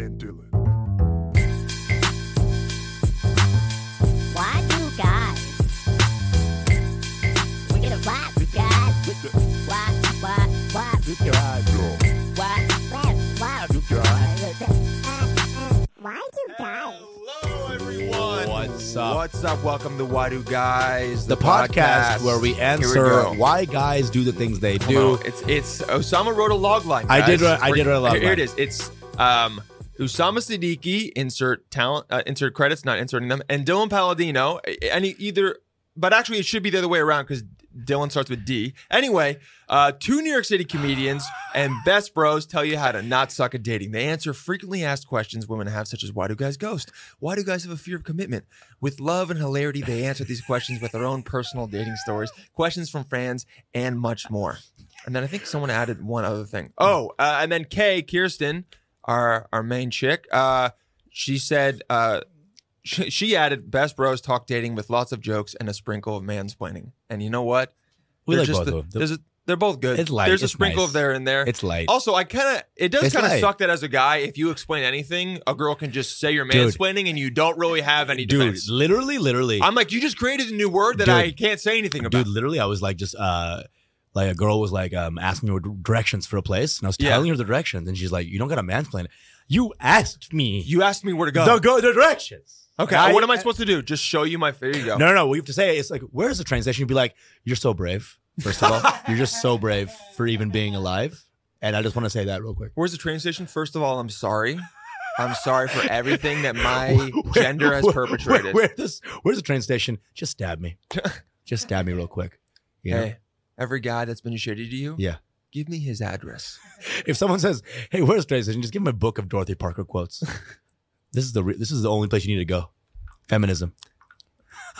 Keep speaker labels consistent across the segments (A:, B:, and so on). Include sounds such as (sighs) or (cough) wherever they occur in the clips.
A: and Dylan.
B: Why do guys? We get a why do guys? We get why why why do guys? Why why why do guys? Why do guys?
C: Hello, everyone. What's up?
D: What's up? Welcome to Why Do Guys,
C: The podcast, where we
D: Here
C: answer
D: go.
C: why guys do the things they
D: Come
C: do.
D: on. It's it's Osama wrote a log line.
C: I did
D: guys.
C: write- I did write a log
D: Here
C: line.
D: it is. It's um Usama Siddiqui, insert talent, uh, insert credits, not inserting them, and Dylan Palladino. And he either, but actually, it should be the other way around because Dylan starts with D. Anyway, uh, two New York City comedians and best bros tell you how to not suck at dating. They answer frequently asked questions women have, such as why do guys ghost? Why do guys have a fear of commitment? With love and hilarity, they answer these questions with their own personal dating stories, questions from fans, and much more. And then I think someone added one other thing. Oh, uh, and then Kay Kirsten, our our main chick, uh, she said uh, she, she added best bros talk dating with lots of jokes and a sprinkle of mansplaining. And you know what?
C: We
D: They're
C: like both of them.
D: there's a- they're both good.
C: It's light,
D: There's a
C: it's
D: sprinkle
C: nice.
D: of there and there.
C: It's light.
D: also, I kind of it does
C: It's
D: kind of
C: light.
D: suck that as a guy, if you explain anything, a girl can just say you're
C: Dude.
D: mansplaining and you don't really have any
C: dude,
D: defense.
C: literally, literally,
D: I'm like, you just created a new word that
C: Dude.
D: I can't say anything about.
C: dude, literally, I was like, just uh, like a girl was like, um, asking me directions for a place, and I was
D: Yeah.
C: telling her the directions, and she's like, "You don't got a mansplain. You asked me
D: you asked me where to go.
C: the go the directions."
D: Okay,
C: And
D: what am I supposed to do? Just show you my
C: (laughs)
D: there you go.
C: No, no, no. What you have to say is like, "Where's the train station?" You'd be like, "You're so brave." First of all,
D: (laughs)
C: you're just so brave for even being alive, and I just want to say that real quick.
D: Where's the train station? First of all, I'm
C: (laughs)
D: sorry. I'm sorry for everything that my gender has
C: Where-
D: perpetrated.
C: Where, where this, where's the train station? Just
D: (laughs)
C: stab me. Just stab me real quick. You know?
D: Hey, every guy that's been shitty to you,
C: Yeah.
D: give me his address.
C: If someone says, "Hey, where's the train station?" Just give them a book of Dorothy Parker
D: (laughs)
C: quotes. this is the re- this is the only place you need to go. Feminism.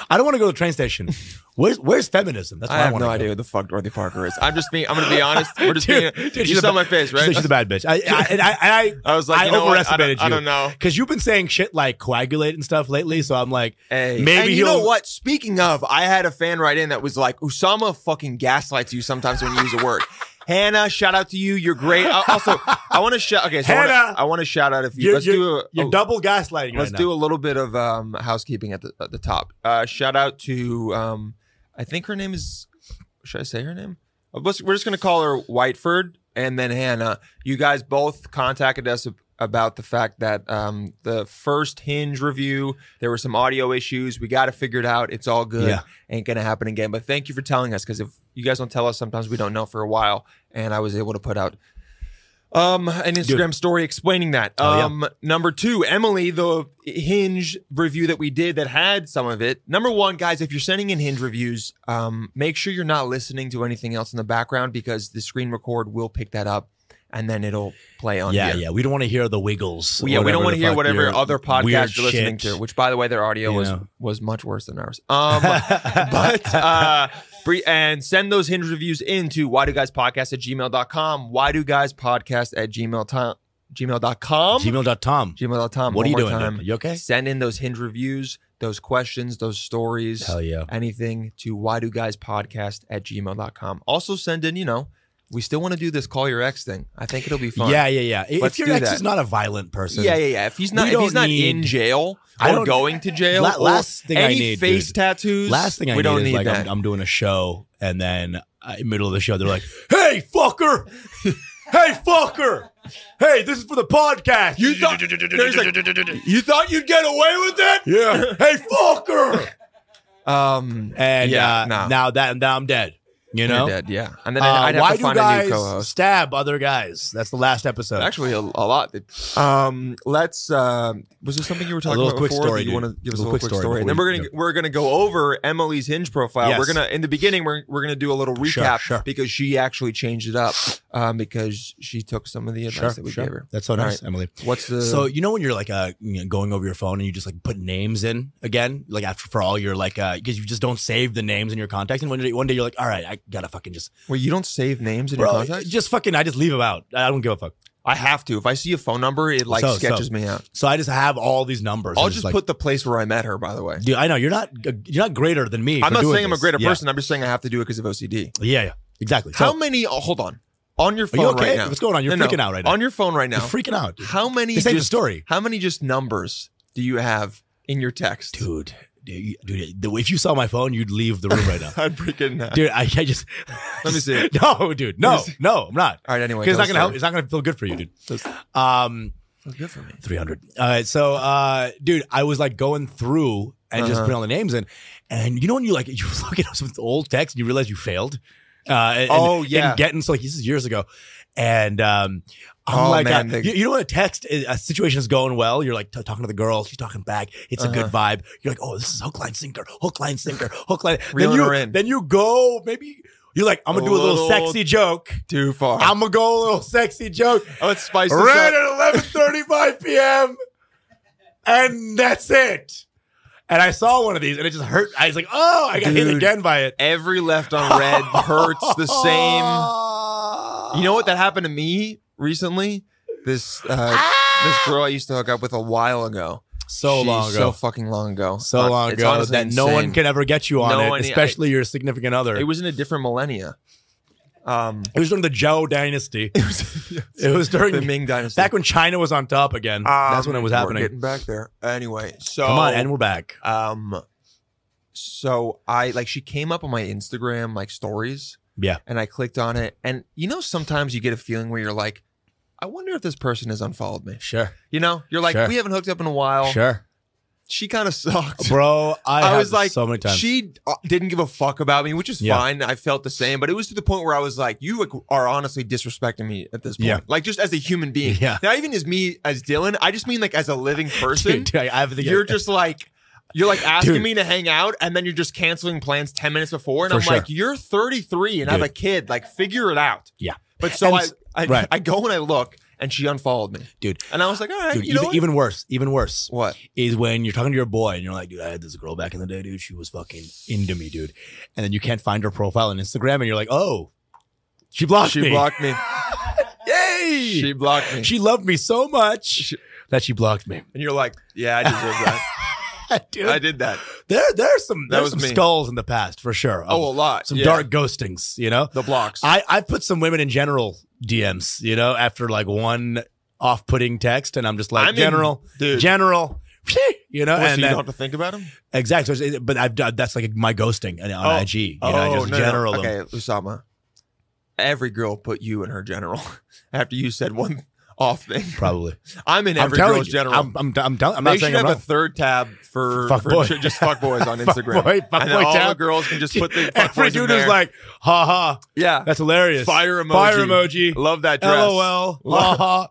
C: I don't want to go to the train station. Where's where's feminism? That's
D: I
C: what I,
D: have
C: want
D: no
C: to go.
D: idea who the fuck Dorothy Parker is. I'm just being. I'm gonna be honest. We're just
C: (laughs) Dude,
D: being.
C: dude,
D: you
C: she's
D: saw
C: a-
D: my face,
C: She's,
D: right?
C: she's a bad bitch. I I, and I, I,
D: I was like,
C: I
D: you know what? I don't-
C: overestimated
D: I don't
C: you.
D: know.
C: because you've been saying shit like coagulate and stuff lately, so I'm like,
D: Hey,
C: Maybe
D: and you know
C: he'll-
D: what? Speaking of, I had a fan write in that was like, Usama fucking gaslights you sometimes when you use a word. Hannah, shout out to you. You're great. Uh, also, I want to shout. Okay, so I wanna-
C: Hannah!
D: I want to shout out a few.
C: you're,
D: let's
C: you're,
D: do a.
C: you're
D: oh,
C: double gaslighting
D: Let's
C: right
D: do
C: now.
D: a little bit of um, housekeeping at the at the top. Uh, shout out to um, I think her name is. Should I say her name? Uh, let's- We're just gonna call her Whiteford and then Hannah. You guys both contacted us ab- about the fact that um, the first Hinge review there were some audio issues. We got to figure it out. It's all good.
C: Yeah.
D: Ain't gonna happen again. But thank you for telling us because if you guys don't tell us, sometimes we don't know for a while. And I was able to put out um, an Instagram story explaining that.
C: Oh, yeah.
D: Um, number two, Emily, the Hinge review that we did that had some of it. Number one, guys, if you're sending in Hinge reviews, um, make sure you're not listening to anything else in the background because the screen record will pick that up, and then it'll play on.
C: yeah,
D: here.
C: yeah. We don't want to hear the Wiggles.
D: Well, yeah, we don't want to hear whatever other podcast
C: podcast
D: you're listening to, which, by the way, their audio
C: you
D: was
C: know.
D: was much worse than ours.
C: (laughs)
D: Um, (laughs) but uh, bre- and send those hinge reviews in to why do guys podcast at gmail.com, why do guys podcast at gmail time gmail.com
C: Gmail.com.
D: gmail.com one
C: What are you
D: more
C: doing?
D: time.
C: Dylan? You okay?
D: send in those hinge reviews those questions those stories
C: Hell yeah.
D: anything to why do guys podcast at gmail.com also send in you know we still want to do this call your ex thing i think it'll be fun
C: Yeah, yeah, yeah. If
D: Let's
C: your
D: do
C: ex
D: that.
C: is not a violent person,
D: yeah, yeah, yeah. If he's not,
C: We
D: if he's
C: don't
D: not
C: need-
D: in jail
C: I
D: or
C: don't-
D: going to jail,
C: La- last
D: or
C: thing I
D: any
C: need,
D: face
C: dude.
D: tattoos.
C: Last thing I
D: we
C: need
D: don't
C: is
D: need
C: like
D: that.
C: I'm, I'm doing a show, and then uh, in middle of the show, they're like, "Hey, fucker! (laughs) hey, fucker! Hey, this is for the podcast.
D: you thought there's like, you thought you'd get away with it? (laughs)
C: yeah. hey, fucker!
D: Um,
C: And
D: Yeah,
C: uh,
D: no.
C: now that now I'm dead. You know,
D: You're dead, yeah. And then
C: Uh,
D: I'd
C: why
D: have to
C: do
D: find
C: guys
D: a new co-host.
C: stab other guys? That's the last episode.
D: Actually, a, a lot. Um, let's. Um, was there something you were talking
C: little
D: about
C: quick
D: before?
C: story,
D: that you
C: dude.
D: want to give us
C: A
D: a
C: little
D: little, quick
C: quick story
D: story, and then
C: before
D: we're
C: we-
D: gonna we're gonna go over Emily's Hinge profile.
C: Yes.
D: We're gonna in the beginning we're we're gonna do a little
C: Sure,
D: recap
C: sure.
D: because she actually changed it up um, because she took some of the advice
C: sure,
D: that we
C: sure.
D: gave her.
C: That's so
D: All
C: nice,
D: right.
C: Emily.
D: What's the
C: So you know when you're like uh you know, going over your phone and you just like put names in again, like after for all your like uh because you just don't save the names in your contacts, and one day one day you're like, all right, I gotta fucking just
D: well you don't save names in
C: bro,
D: your contacts?
C: just fucking I just leave them out. I don't give a fuck.
D: I have to. If I see a phone number, it like
C: So- so-
D: sketches me out.
C: So I just have all these numbers.
D: I'll
C: I'm
D: just
C: like,
D: put the place where I met her. By the way,
C: Dude, I know you're not uh, you're not greater than me.
D: I'm
C: for
D: not
C: doing
D: saying I'm a
C: this.
D: greater
C: Yeah.
D: person. I'm just saying I have to do it because of OCD.
C: Yeah, yeah, exactly.
D: How
C: so,
D: many? Oh, hold on. On your
C: are you
D: phone
C: okay?
D: right now.
C: What's going on? You're
D: No, no.
C: freaking out right now.
D: On your phone right
C: you're
D: now.
C: freaking out, dude.
D: How many?
C: This ain't the
D: just-
C: story.
D: How many just numbers do you have in your text?
C: dude, dude, dude, the- if you saw my phone, you'd leave the room
D: (laughs)
C: right now,
D: (laughs) I'm freaking. out.
C: dude. I, I just
D: (laughs) Let me see it.
C: (laughs) No, dude, no,
D: Let me
C: no, I'm not.
D: All right. Anyway,
C: Because it's not
D: tell
C: gonna help.
D: the
C: It's not gonna feel good for you, dude.
D: story.
C: Um,
D: That's good for me.
C: three hundred. All right, so uh, dude, I was like going through and just
D: Uh-huh.
C: putting all the names in, and you know when you like (laughs) you look at some old text and you realize you failed. Uh, and,
D: Oh, yeah.
C: and getting so like this is years ago, and um, I'm
D: Oh,
C: like,
D: man,
C: uh,
D: the-
C: you, you know when a text is, a situation is going well, you're like t- talking to the girl, she's talking back, it's a good
D: Uh-huh.
C: vibe. You're like, oh, this is hook line sinker, hook line sinker, hook line. then
D: Reeling
C: you
D: her in.
C: then you go maybe you're like, I'm gonna
D: A
C: do a little,
D: little-
C: sexy joke.
D: Too far. (laughs)
C: I'm gonna go a little sexy joke.
D: oh, it's spicy.
C: Ran at 11:35 p.m. and that's it. And I saw one of these, and it just hurt. I was like, "Oh, I got hit
D: Dude.
C: again by it."
D: Every left on red hurts the
C: (laughs)
D: same. You know what? That happened to me recently. This uh, this girl I used to hook up with a while ago.
C: Ah! So
D: She's
C: long
D: So
C: ago, so,
D: fucking long ago. Uh,
C: long
D: it's
C: ago
D: honestly
C: that no one
D: insane.
C: can ever get you on
D: No
C: it,
D: one-
C: especially your significant other.
D: It was in a different millennia. Um,
C: It was during the Zhou Dynasty.
D: it was,
C: (laughs) It was
D: the
C: during
D: Ming Dynasty.
C: back when China was on top again. That's
D: Um,
C: when it was
D: we're
C: happening.
D: getting back there. Anyway, so
C: Come on, and we're back.
D: um, so I like she came up on my Instagram like stories.
C: Yeah.
D: and I clicked on it, and you know sometimes you get a feeling where you're like, I wonder if this person has unfollowed me.
C: Sure,
D: You know, you're like,
C: Sure.
D: we haven't hooked up in a while.
C: sure,
D: She kind of sucked.
C: bro. I,
D: I
C: have
D: was like,
C: so many times.
D: she uh, didn't give a fuck about me, which is
C: Yeah.
D: fine. I felt the same, but it was to the point where I was like, you are honestly disrespecting me at this point.
C: Yeah.
D: Like, just as a human being.
C: Yeah.
D: Not even as me, as Dylan. I just mean like as a living person.
C: (laughs) (laughs) Dude, dude, I have to get-
D: you're just like, you're like asking
C: Dude.
D: me to hang out, and then you're just canceling plans 10 minutes before. And
C: For
D: I'm
C: sure.
D: like, you're 33 and have
C: Dude.
D: a kid. Like, figure it out.
C: Yeah.
D: But so
C: And
D: I,
C: s-
D: I,
C: right.
D: I go and I look, and she unfollowed me.
C: dude.
D: And I was like, all
C: (laughs)
D: right,
C: Dude,
D: you know
C: even,
D: what?
C: even worse, even worse
D: what?
C: is when you're talking to your boy and you're like, dude, I had this girl back in the day, dude. She was fucking into me, dude. And then you can't find her profile on Instagram, and you're like, oh, she blocked
D: She
C: me.
D: blocked me.
C: (laughs) Yay!
D: She
C: She,
D: blocked me.
C: loved me so much
D: She-
C: that she
D: (laughs)
C: blocked me.
D: And you're like, yeah, I deserve that.
C: (laughs) dude,
D: I did that.
C: there, there's some,
D: That
C: there's
D: was
C: some
D: me.
C: skulls in the past for sure. of
D: Oh, a lot.
C: some
D: Yeah.
C: dark ghostings, you know.
D: The blocks.
C: I I put some women in general DMs, you know, after like one off-putting text, and I'm just like,
D: I mean,
C: general,
D: dude.
C: general, (laughs) you know,
D: Well, so
C: and
D: you
C: then,
D: don't have to think about him.
C: Exactly. So it's- But I've done that's like my ghosting on
D: Oh.
C: IG. You know, I just general them.
D: Okay, Usama. Every girl put you in her general (laughs) after you said one off thing.
C: Probably.
D: I'm in every
C: telling
D: girl's
C: you,
D: general.
C: I'm, I'm, I'm, tell- I'm
D: they
C: not
D: should
C: saying I'm
D: have a
C: wrong.
D: third tab for,
C: Fuck
D: for
C: boy.
D: ju- just fuck boys
C: (laughs)
D: on Instagram.
C: Fuckboy-
D: and then
C: fuckboy
D: all the
C: tab.
D: girls can just put
C: (laughs)
D: the fuck
C: Every
D: boys in
C: dude is
D: there.
C: like, ha ha,
D: yeah,
C: that's hilarious.
D: fire emoji.
C: Fire emoji.
D: Love that dress.
C: LOL.
D: (laughs)
C: Ha ha.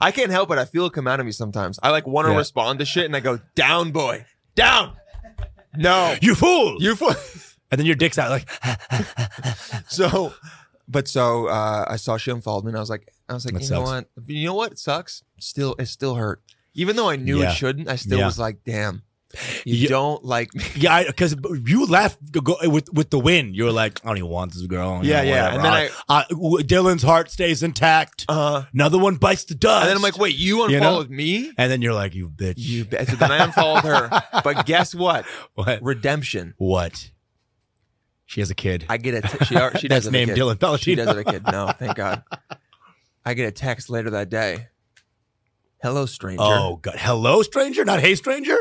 D: I can't help it. I feel it come out of me sometimes. I like want to
C: Yeah.
D: respond to shit and I go, down, boy, down.
C: (laughs)
D: No.
C: You fool.
D: You fu-
C: and then your dick's out like,
D: (laughs)
C: (laughs)
D: so, but so uh, I saw she unfollowed me and I was like, I was like,
C: That
D: you know
C: sucks.
D: what? You know what? It sucks. Still, it still hurt. Even though I knew
C: Yeah.
D: it shouldn't, I still
C: Yeah.
D: was like, damn, you
C: Yeah.
D: don't like me.
C: yeah, because you left go, go- with with the win. You were like, I don't even want this girl. you
D: Yeah,
C: know,
D: yeah.
C: whatever.
D: And then I-
C: I, w- Dylan's heart stays intact.
D: Uh,
C: Another one bites the dust.
D: and then I'm like, wait, you unfollowed
C: You know?
D: me?
C: and then you're like, you bitch.
D: You be- so then I unfollowed her.
C: (laughs)
D: But guess what?
C: what?
D: Redemption.
C: What? She has a kid.
D: I get a t- she,
C: (laughs)
D: alre- she
C: That's
D: doesn't
C: named
D: have a
C: Dylan
D: kid. She
C: Palladino.
D: doesn't have a kid. No, thank God. I get a text later that day. Hello, stranger.
C: (laughs) Oh god. Hello, stranger, not hey stranger.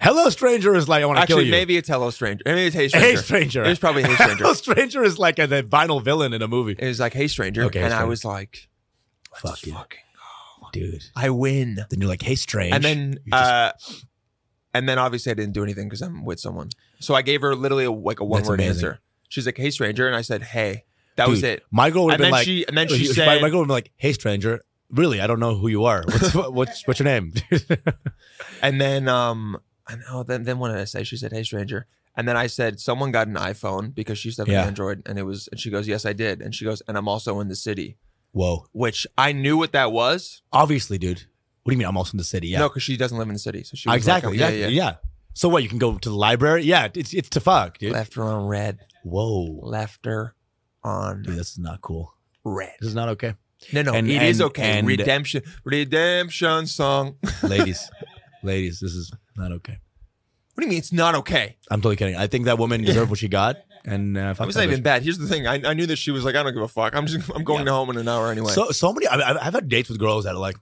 C: Hello, stranger is like I want to kill
D: actually,
C: you.
D: maybe it's hello, stranger. Maybe it's hey, stranger.
C: hey, stranger.
D: It was probably
C: (laughs)
D: hey, stranger.
C: Hello, stranger is like a, the vinyl villain in a movie.
D: It was like hey, stranger.
C: Okay, hey,
D: and I
C: stranger.
D: was like, let's
C: Fuck you.
D: fucking-
C: Dude.
D: I win.
C: Then you're like, hey, strange.
D: And then,
C: You just-
D: uh, and then obviously I didn't do anything because I'm with someone. So I gave her literally a, like a one word
C: amazing.
D: answer. She's like, "Hey, stranger," and I said, "Hey." That was
C: Dude,
D: it.
C: My girl would have
D: And
C: been
D: then
C: like,
D: she- and then she
C: (laughs) my-
D: said-
C: my girl would have been like, hey, stranger, really, I don't know who you are.
D: (laughs)
C: What's what's, what's your name? (laughs)
D: And then um, and oh, then then what did I say? She said, "Hey, stranger." And then I said, "Someone got an iPhone because she used to have
C: Yeah.
D: an Android." And it was, and she goes, "Yes, I did." And she goes, "And I'm also in the city,"
C: Whoa.
D: which I knew what that was.
C: Obviously, dude. What do you mean? I'm also in the city. Yeah.
D: No, because she doesn't live in the city, so she was like,
C: exactly.
D: "Oh,
C: exactly. Yeah, So what? You can go to the library? Yeah. It's it's to fuck, dude.
D: Left her on red.
C: Whoa.
D: Left her
C: Dude,
D: on
C: this is not cool.
D: red.
C: This is not okay.
D: (laughs) No, no, it
C: And-
D: is
C: and-
D: okay.
C: and-
D: redemption, redemption song. (laughs) what
C: ladies, ladies, this is not okay.
D: do you mean it's not okay?
C: I'm totally kidding. I think that woman deserved what she got, and uh,
D: That
C: fuck
D: was
C: that
D: not even
C: bitch.
D: bad. Here's the thing: I, I knew that she was like, "I don't give a fuck. I'm just, I'm going home in an hour anyway."
C: So so many. I, I've- I've had dates with girls that are like,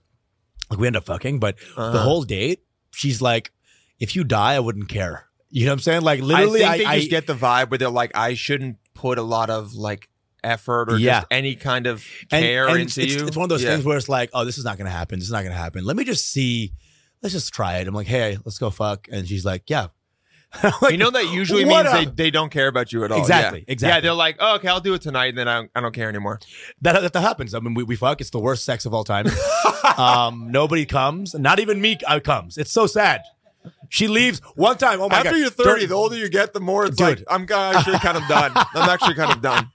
C: like we end up fucking, but
D: Uh-huh.
C: the whole date, she's like, if you die, I wouldn't care. You know what I'm saying? Like literally,
D: I
C: I,
D: think
C: I,
D: they just get the vibe where they're like, I shouldn't put a lot of like effort or
C: Yeah.
D: just any kind of
C: and-
D: care
C: and
D: into
C: it's,
D: you.
C: It's one of those
D: Yeah.
C: things where it's like, oh, this is not gonna happen. This is not gonna happen. Let me just see. Let's just try it. I'm like, hey, let's go fuck, and she's like, yeah. (laughs) I'm like,
D: you know that usually
C: what
D: means they,
C: a-
D: they don't care about you at all.
C: Exactly,
D: Yeah.
C: exactly.
D: Yeah, they're like, oh, okay, I'll do it tonight, and then I don't, I don't care anymore.
C: that, that, that happens. I mean, we, we fuck. It's the worst sex of
D: (laughs)
C: all time. um, nobody comes. Not even me uh, comes. It's so sad. She leaves one time. Oh my god! During-
D: you get, the more it's
C: Dude.
D: I'm actually kind of done. I'm actually kind of done.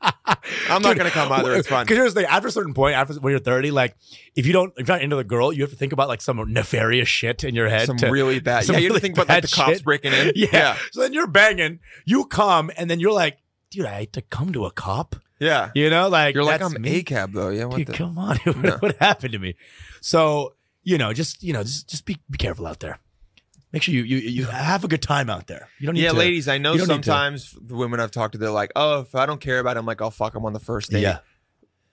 D: I'm
C: Dude,
D: gonna come
C: Because here's the thing: after a certain point, after when you're 30, like if you don't, if you're not into the girl, you have to think about like some nefarious shit in your head.
D: Some
C: to-
D: really bad.
C: some
D: yeah, you have to
C: really
D: think about like
C: bad
D: the cops
C: shit.
D: breaking in.
C: (laughs) yeah.
D: yeah,
C: So then you're banging. You come, and then you're like, dude, I had to come to a cop.
D: yeah.
C: You know, like
D: You're like,
C: that's
D: I'm
C: me.
D: a cab though. Yeah, what
C: Dude,
D: the?
C: come on, (laughs) what,
D: No.
C: what happened to me? So you know, just you know, just just be be careful out there. Make sure you you, you have a good time out there. You don't need
D: Yeah,
C: to,
D: ladies, I know
C: you don't need to-
D: sometimes the women I've talked to, they're like, oh, if I don't care about him, like, I'll fuck him on the first date.
C: Yeah,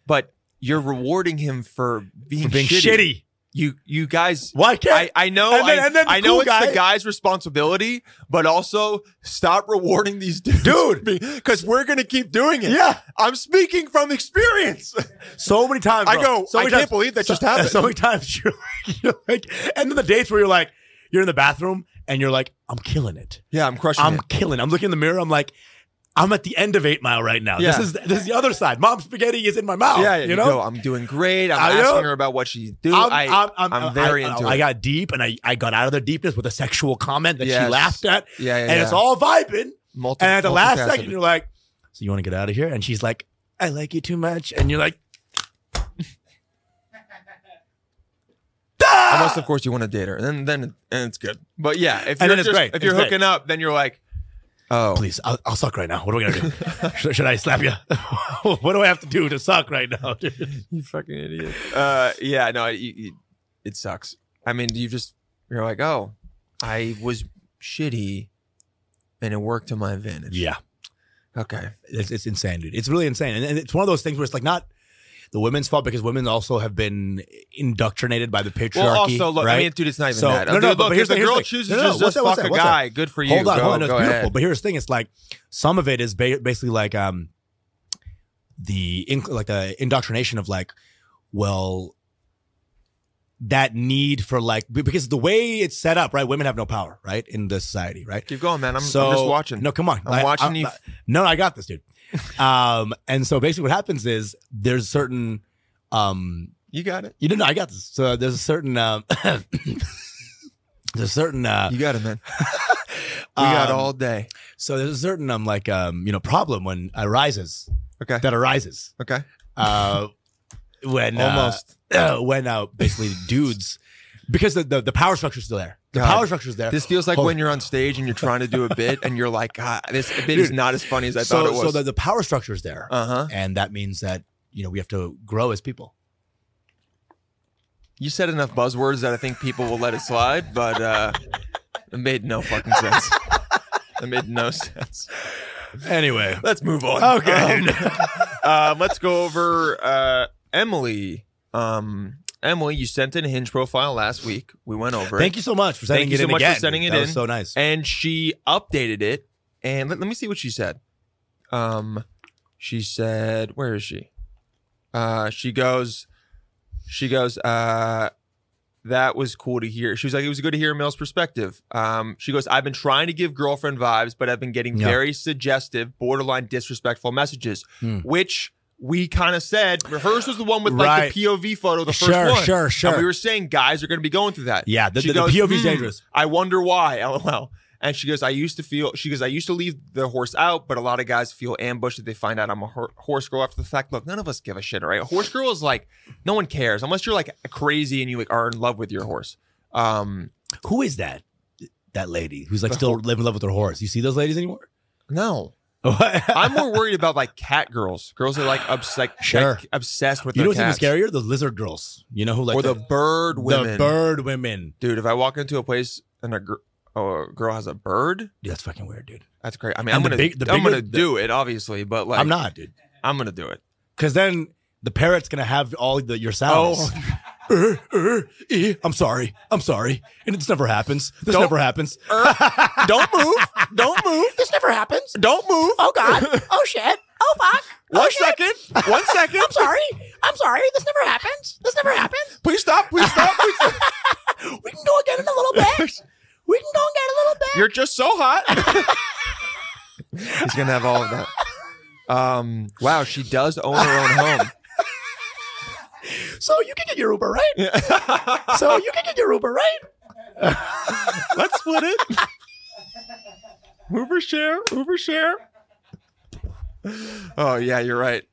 D: But you're rewarding him for being,
C: for being shitty.
D: shitty. You you guys,
C: Why
D: I,
C: can't
D: I know,
C: And then-
D: I,
C: and then the
D: I know
C: cool
D: it's
C: guy-
D: the guy's responsibility, but also stop rewarding these dudes.
C: Dude.
D: Because we're going to keep doing it.
C: Yeah.
D: I'm speaking from
C: (laughs)
D: experience.
C: so many times?
D: I
C: bro.
D: go,
C: So
D: I
C: many
D: can't
C: times-
D: believe that
C: so-
D: just happened.
C: (laughs) So many times you're like, (laughs) you're like, and then the dates where you're like, you're in the bathroom and you're like, I'm killing it.
D: yeah, I'm crushing
C: I'm
D: it.
C: killing. it. I'm looking in the mirror. I'm like, I'm at the end of Eight Mile right now.
D: Yeah.
C: This is this is the other side. Mom spaghetti is in my mouth.
D: yeah, yeah,
C: you know.
D: I'm doing great. I'm
C: I know.
D: asking her about what she's doing. I, I'm, very
C: I,
D: into
C: I
D: it.
C: got deep and I, I got out of the deepness with a sexual comment that she
D: Yes.
C: laughed at.
D: yeah, yeah,
C: and it's
D: yeah.
C: all vibing.
D: Multi-
C: And at the last
D: multifaceted.
C: second, you're like, So you want to get out of here? And she's like, I like you too much. And you're like, (laughs) "Ah!"
D: Unless, of course, you want to date her, and then then and it's good. Ah. But yeah, if you're
C: And then it's
D: just-
C: great.
D: if you're
C: It's great.
D: hooking up, then you're like, oh,
C: Please, I'll, I'll suck right now. What are we going to do? (laughs) should, should I slap you? (laughs) what do I have to do to suck right now, dude?
D: you fucking idiot. Uh, yeah, no, you, you- it sucks. I mean, you just you're like, oh, I was shitty, and it worked to my advantage.
C: Yeah.
D: Okay.
C: It's, it's insane, dude. It's really insane, and, and it's one of those things where it's like not the women's fault because women also have been indoctrinated by the patriarchy.
D: Well, also, look,
C: right?
D: I mean, dude, it's not even
C: So-
D: that.
C: no, no,
D: Dude,
C: but
D: look, if
C: here's the-
D: the
C: here's
D: girl
C: the-
D: chooses
C: no, no,
D: to
C: what's
D: just
C: that, what's
D: fuck
C: that,
D: a
C: what's
D: guy. Good for you.
C: Hold on,
D: Go-
C: hold on. No,
D: go
C: it's beautiful.
D: ahead.
C: But here's the thing: it's like some of it is ba- basically like um the inc- like the indoctrination of like, well, that need for like be- because the way it's set up, right? Women have no power, right, in the society, right?
D: Keep going, man. I'm, I'm
C: so
D: just watching.
C: No, come on,
D: I'm
C: I-
D: watching
C: I-
D: you.
C: no, I got this, dude. um, (laughs) and so basically, what happens is there's certain um
D: you got it.
C: you know, no, I got this. So there's a certain um (coughs) there's a certain uh
D: You got it, man. We got
C: um,
D: all day.
C: So there's a certain um like um you know problem when arises
D: Okay.
C: that arises
D: Okay.
C: uh (coughs) when uh,
D: Almost.
C: when uh basically dudes because the the, the power structure's still there the
D: God.
C: power structure's there
D: This feels like
C: Hold-
D: when you're on stage and you're trying to do a bit and you're like, God, this bit is
C: Dude,
D: not as funny as I
C: so
D: thought it was.
C: so the, the power structure's there
D: uh huh.
C: and that means that you know we have to grow as people
D: You said enough buzzwords that I think people will let it slide, but uh, it made no fucking
C: (laughs)
D: sense. It made no sense.
C: anyway
D: Let's move on.
C: Okay.
D: Um,
C: (laughs)
D: um, let's go over uh, Emily. Um, Emily, you sent in a hinge profile last week. We went over
C: thank
D: it.
C: you so much for
D: Thank
C: sending
D: you
C: it
D: so
C: in
D: much for
C: again
D: sending it
C: that was
D: in.
C: so nice
D: And she updated it. And let, let me see what she said. Um, she said, where is she? Uh, she goes, she goes, uh, that was cool to hear. She was like, it was good to hear Mel's perspective. Um, she goes, I've been trying to give girlfriend vibes, but I've been getting
C: Yeah.
D: very suggestive, borderline disrespectful messages,
C: Hmm.
D: which we kind of said. Hers was the one with like
C: Right.
D: the POV photo, the
C: Sure,
D: first one.
C: sure, sure.
D: And we were saying guys are going to be going through that.
C: Yeah, the-
D: She "Hmm,
C: the- the POV is dangerous.
D: I wonder why. (laughs) LOL. And she goes, I used to feel. She goes, I used to leave the horse out, but a lot of guys feel ambushed if they find out I'm a hor- horse girl after the fact. Look, none of us give a shit, all right? A horse girl is like, no one cares unless you're like crazy and you like are in love with your horse. Um,
C: Who is that? That lady who's
D: (laughs)
C: like still living in love with her horse. You see those ladies anymore?
D: no,
C: I'm
D: I'm
C: (laughs)
D: more worried about like cat girls. Girls that are like, obs- like,
C: Sure.
D: like, obsessed with
C: You know
D: their
C: what's even
D: cats.
C: scarier? The lizard girls. You know who like
D: or the,
C: the,
D: bird women.
C: the bird women.
D: Dude, if I walk into a place and a, gr- oh, a girl has a bird,
C: Dude, that's fucking weird, dude.
D: that's great. I mean,
C: And
D: I'm
C: the
D: gonna,
C: big- the
D: I'm
C: bigger-
D: gonna do it, obviously, but like,
C: I'm not, dude.
D: I'm gonna do it.
C: Because then the parrot's gonna have all the
D: Oh.
C: your sounds. (laughs) Uh, uh, eh, I'm sorry. I'm sorry. And this never happens. This
D: Don't- er.
C: never happens.
D: Don't move. Don't move.
C: (laughs) This never happens.
D: Don't move.
C: Oh
D: (laughs)
C: God. Oh shit. Oh fuck.
D: One second. One second. (laughs)
C: I'm sorry. I'm sorry. This never happens. This never happens.
D: Please stop.
C: (laughs)
D: Please stop. Please stop.
C: We can go again in a
D: (laughs)
C: little bit. We can go again a little bit.
D: You're just so hot. He's gonna have all of that. Um. Wow. She does own her own home.
C: So you can get your Uber, right?
D: (laughs)
C: so you can get your Uber, right?
D: Let's split it. Uber share. Uber share. Oh yeah, you're right.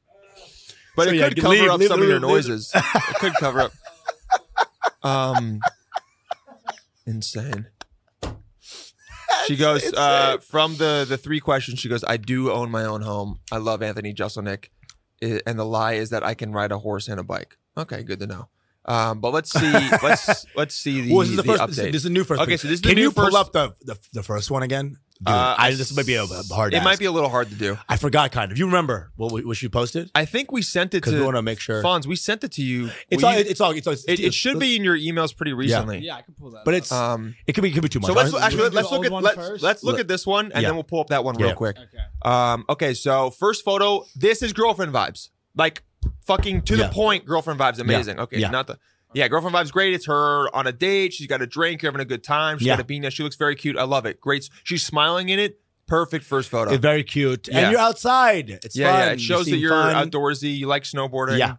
D: But
C: So,
D: it
C: yeah,
D: could
C: leave-
D: cover up
C: leave-
D: some of your
C: leave-
D: noises. it could cover
C: (laughs)
D: up. Um. Insane. she goes uh, from the the three questions. She goes, "I do own my own home. I love Anthony Jeselnik, I- and the lie is that I can ride a horse and a bike." Okay, good to know. Um, but let's see.
C: (laughs)
D: let's let's see the,
C: Well, this is the,
D: the
C: first.
D: update.
C: This is, this is the new first.
D: Okay,
C: one.
D: so this is the
C: can
D: new
C: you pull
D: first-
C: up the, the the first one again? Dude,
D: Uh,
C: I, this might be a a hard.
D: it
C: ask.
D: might be a little hard to do.
C: I forgot kind of. You remember what we- what you posted?
D: I think we sent it
C: Because we want
D: to
C: to make sure
D: Fonz. We sent it to you.
C: it's
D: Will
C: all,
D: you-
C: it's all it's all it's
D: it, it should be in your emails pretty recently.
E: Yeah, I can pull that.
C: But
E: up.
C: it's
D: Um,
C: Uh, it could be it could be too much.
D: so let's
C: Honestly,
D: actually
E: do the
D: let's look
E: old
D: at
E: one
D: let's,
E: first?
D: let's look
C: Look.
D: at this one and
C: Yeah.
D: then we'll pull up that one
C: Yeah.
D: real quick.
E: okay.
D: Um, okay, so first photo. This is girlfriend vibes. Like fucking to
C: Yeah.
D: the point. Girlfriend vibes. Amazing. Okay,
C: Yeah.
D: not the. Yeah, girlfriend vibes great. It's her on a date. She's got a drink. You're having a good time. She's
C: Yeah.
D: got a beanie. She looks very cute. I love it. Great. She's smiling in it. Perfect first photo.
C: it's very cute,
D: Yeah.
C: and you're outside. It's
D: yeah,
C: fun.
D: yeah. It
C: You
D: shows that
C: seem
D: you're
C: fun.
D: outdoorsy. You like snowboarding.
C: Yeah.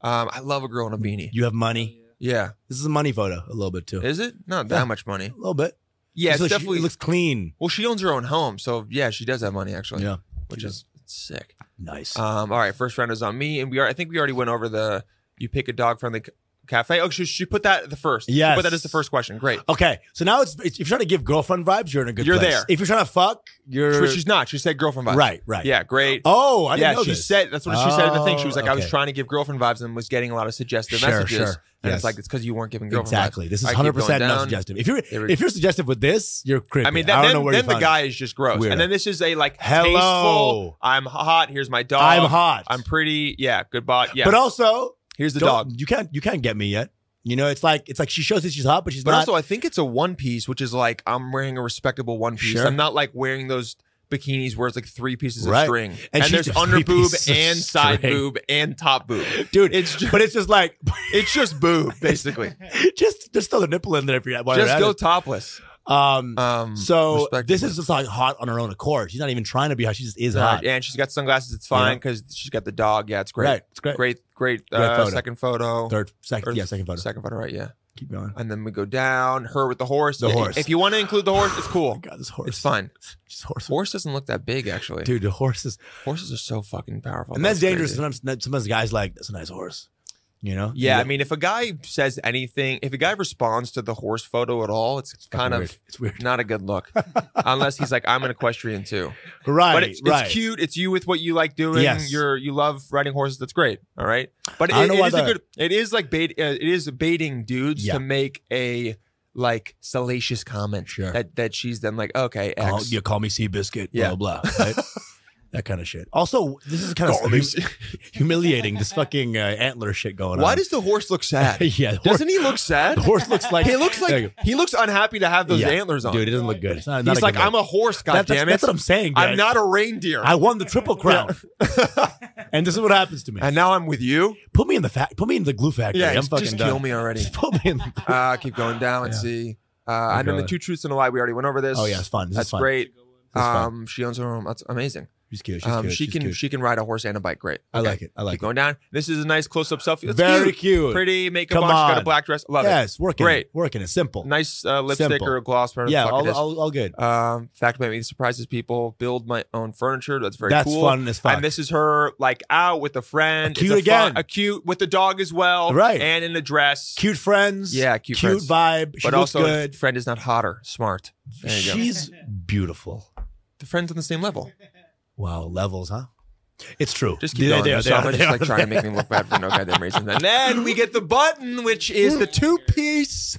D: Um, I love a girl in a beanie.
C: You have money.
D: Yeah.
C: This is a money photo, a little bit too,
D: Is it? Not
C: Yeah.
D: that much money.
C: a little bit.
D: Yeah, it's
C: So she- it
D: definitely.
C: looks clean.
D: well, she owns her own home, so yeah, she does have money actually.
C: Yeah.
D: Which
C: She
D: is sick.
C: Nice.
D: Um, all right, first round is on me, and we are. I think we already went over the you pick a dog from the c- cafe. Oh, she, she put that at the first. Yeah,
C: Yes.
D: She put that as the first question. Great.
C: okay, so now it's, it's if you're trying to give girlfriend vibes, you're in a good.
D: You're
C: place.
D: there.
C: If you're trying to fuck, you're
D: Which she's not. She said girlfriend vibes.
C: right, right.
D: Yeah. Great.
C: Oh, I didn't
D: yeah,
C: know
D: she
C: this.
D: said that's what she said in the thing. She was like, "I was
C: Oh, okay.
D: trying to give girlfriend vibes and was getting a lot of suggestive
C: Sure,
D: messages."
C: sure.
D: And
C: Yes.
D: it's like it's because you weren't giving girlfriend
C: Exactly. This
D: I
C: is
D: keep going
C: hundred percent not
D: down.
C: suggestive. If you're
D: There we
C: if you're suggestive with this, you're
D: vibes.
C: creepy.
D: I mean, that,
C: don't
D: then,
C: know where you
D: then the
C: found it.
D: guy is just gross,
C: Weirdo.
D: and then this is a like
C: Hello.
D: tasteful. I'm hot. Here's my dog.
C: I'm hot.
D: I'm pretty. Yeah, good bot. Yeah,
C: But also,
D: here's the
C: don't-
D: dog.
C: You can't you can't get me yet. You know, it's like it's like she shows that she's hot, but she's
D: But
C: not.
D: also, I think it's a one piece, which is like I'm wearing a respectable one piece.
C: Sure.
D: I'm not like wearing those bikinis where it's like three pieces of
C: Right.
D: string, and,
C: she's
D: there's
C: just
D: under
C: three
D: boob
C: pieces of
D: and side
C: string.
D: boob and top boob.
C: Dude,
D: it's just,
C: but it's
D: (laughs)
C: just like
D: it's just boob
C: (laughs)
D: basically.
C: just just throw the nipple in there if you're while
D: just
C: you're
D: go
C: at
D: topless.
C: it. Um,
D: Um,
C: so
D: respectable.
C: this is just like hot on her own accord. She's not even trying to be hot. She just is
D: Right,
C: hot.
D: and she's got sunglasses. It's fine because she's got the dog. Yeah, it's great.
C: Right. It's great.
D: Great, great.
C: Great
D: uh,
C: photo.
D: Second photo.
C: Third, second,
D: Or
C: yeah, second photo.
D: Second photo, right? Yeah.
C: Keep going.
D: And then we go down. Her with the horse.
C: The
D: Yeah,
C: horse.
D: If you want to include the horse, it's
C: Oh my
D: cool.
C: God, this horse.
D: It's fine.
C: Just horse.
D: Horse doesn't look that big actually.
C: Dude, the horses.
D: Horses are so fucking powerful.
C: and that's dangerous.
D: crazy.
C: Sometimes, sometimes the guys like that's a nice horse, you know.
D: Yeah, I mean, if a guy says anything, if a guy responds to the horse photo at all, it's, kind of
C: weird. it's weird,
D: not a good
C: (laughs)
D: look. Unless he's like, I'm an equestrian too. (laughs)
C: right?
D: but it's,
C: right.
D: it's cute. It's you with what you like doing.
C: Yes.
D: You're you love riding horses. That's great. All right. But
C: I
D: it,
C: don't know
D: it
C: why
D: is a
C: the-
D: good. It is like bait. Uh, it is baiting dudes
C: Yeah.
D: to make a like salacious comment
C: Sure.
D: that that she's then like, okay, X.
C: Call, you call me Seabiscuit,
D: Yeah. (laughs)
C: blah blah. Right? that kind of shit. Also, this is kind of
D: Garbage.
C: humiliating. This fucking uh, antler shit going
D: Why
C: on.
D: does the horse look
C: (laughs)
D: sad?
C: yeah? the horse-
D: Doesn't he look sad?
C: (laughs) The horse looks like
D: He looks like he looks unhappy to have those
C: Yeah.
D: antlers on.
C: dude. It doesn't look good. It's not, not
D: He's like, I'm a horse,
C: That's,
D: goddammit.
C: that's what I'm saying. Guys.
D: I'm not a reindeer.
C: I won the
D: (laughs)
C: triple crown, and this is what happens to me.
D: and now I'm with you.
C: put me in the fa- put me in the glue factory.
D: Yeah,
C: I'm
D: just,
C: fucking
D: just
C: done.
D: kill me already. (laughs)
C: Just put me in. The-
D: Uh, keep going down and
C: Yeah.
D: see. Uh, I know the
C: going.
D: two truths and a lie. We already went over this.
C: oh yeah, it's fun. This
D: that's
C: is fun.
D: great.
C: This is fun.
D: Um, she owns her home. That's amazing.
C: She's cute. She's
D: Um,
C: cute.
D: she
C: She's
D: can
C: cute.
D: she can ride a horse and a bike. Great.
C: I like it. I
D: Keep
C: like it.
D: going down. This is a nice close up selfie. That's
C: Very
D: cute.
C: cute.
D: Pretty makeup
C: Come
D: on. She's got a
C: on.
D: black dress. Love it.
C: yes, working.
D: Great.
C: Great. Working. It's simple.
D: Nice uh, lipstick
C: Simple.
D: or a gloss. Whatever
C: yeah,
D: the fuck
C: all,
D: it is.
C: all, all good.
D: um, fact about me surprises people. Build my own furniture. That's very
C: That's
D: cool.
C: fun as fuck.
D: And this is her like out with a friend.
C: A cute
D: It's a fun-
C: again.
D: a cute with the dog as well.
C: Right.
D: And in a dress.
C: cute friends.
D: Yeah, cute
C: Cute
D: friends.
C: vibe. She
D: but
C: looks
D: also
C: good.
D: friend is not hotter. Smart. There you go.
C: She's beautiful.
D: The friend's on the same level.
C: Wow, levels, huh? It's true.
D: Just keep
C: They-
D: going.
C: they are-
D: Just
C: they are-
D: stop it.
C: they
D: just like
C: are-
D: trying to make me look bad for no goddamn reason. And then we get the button, which is the two piece.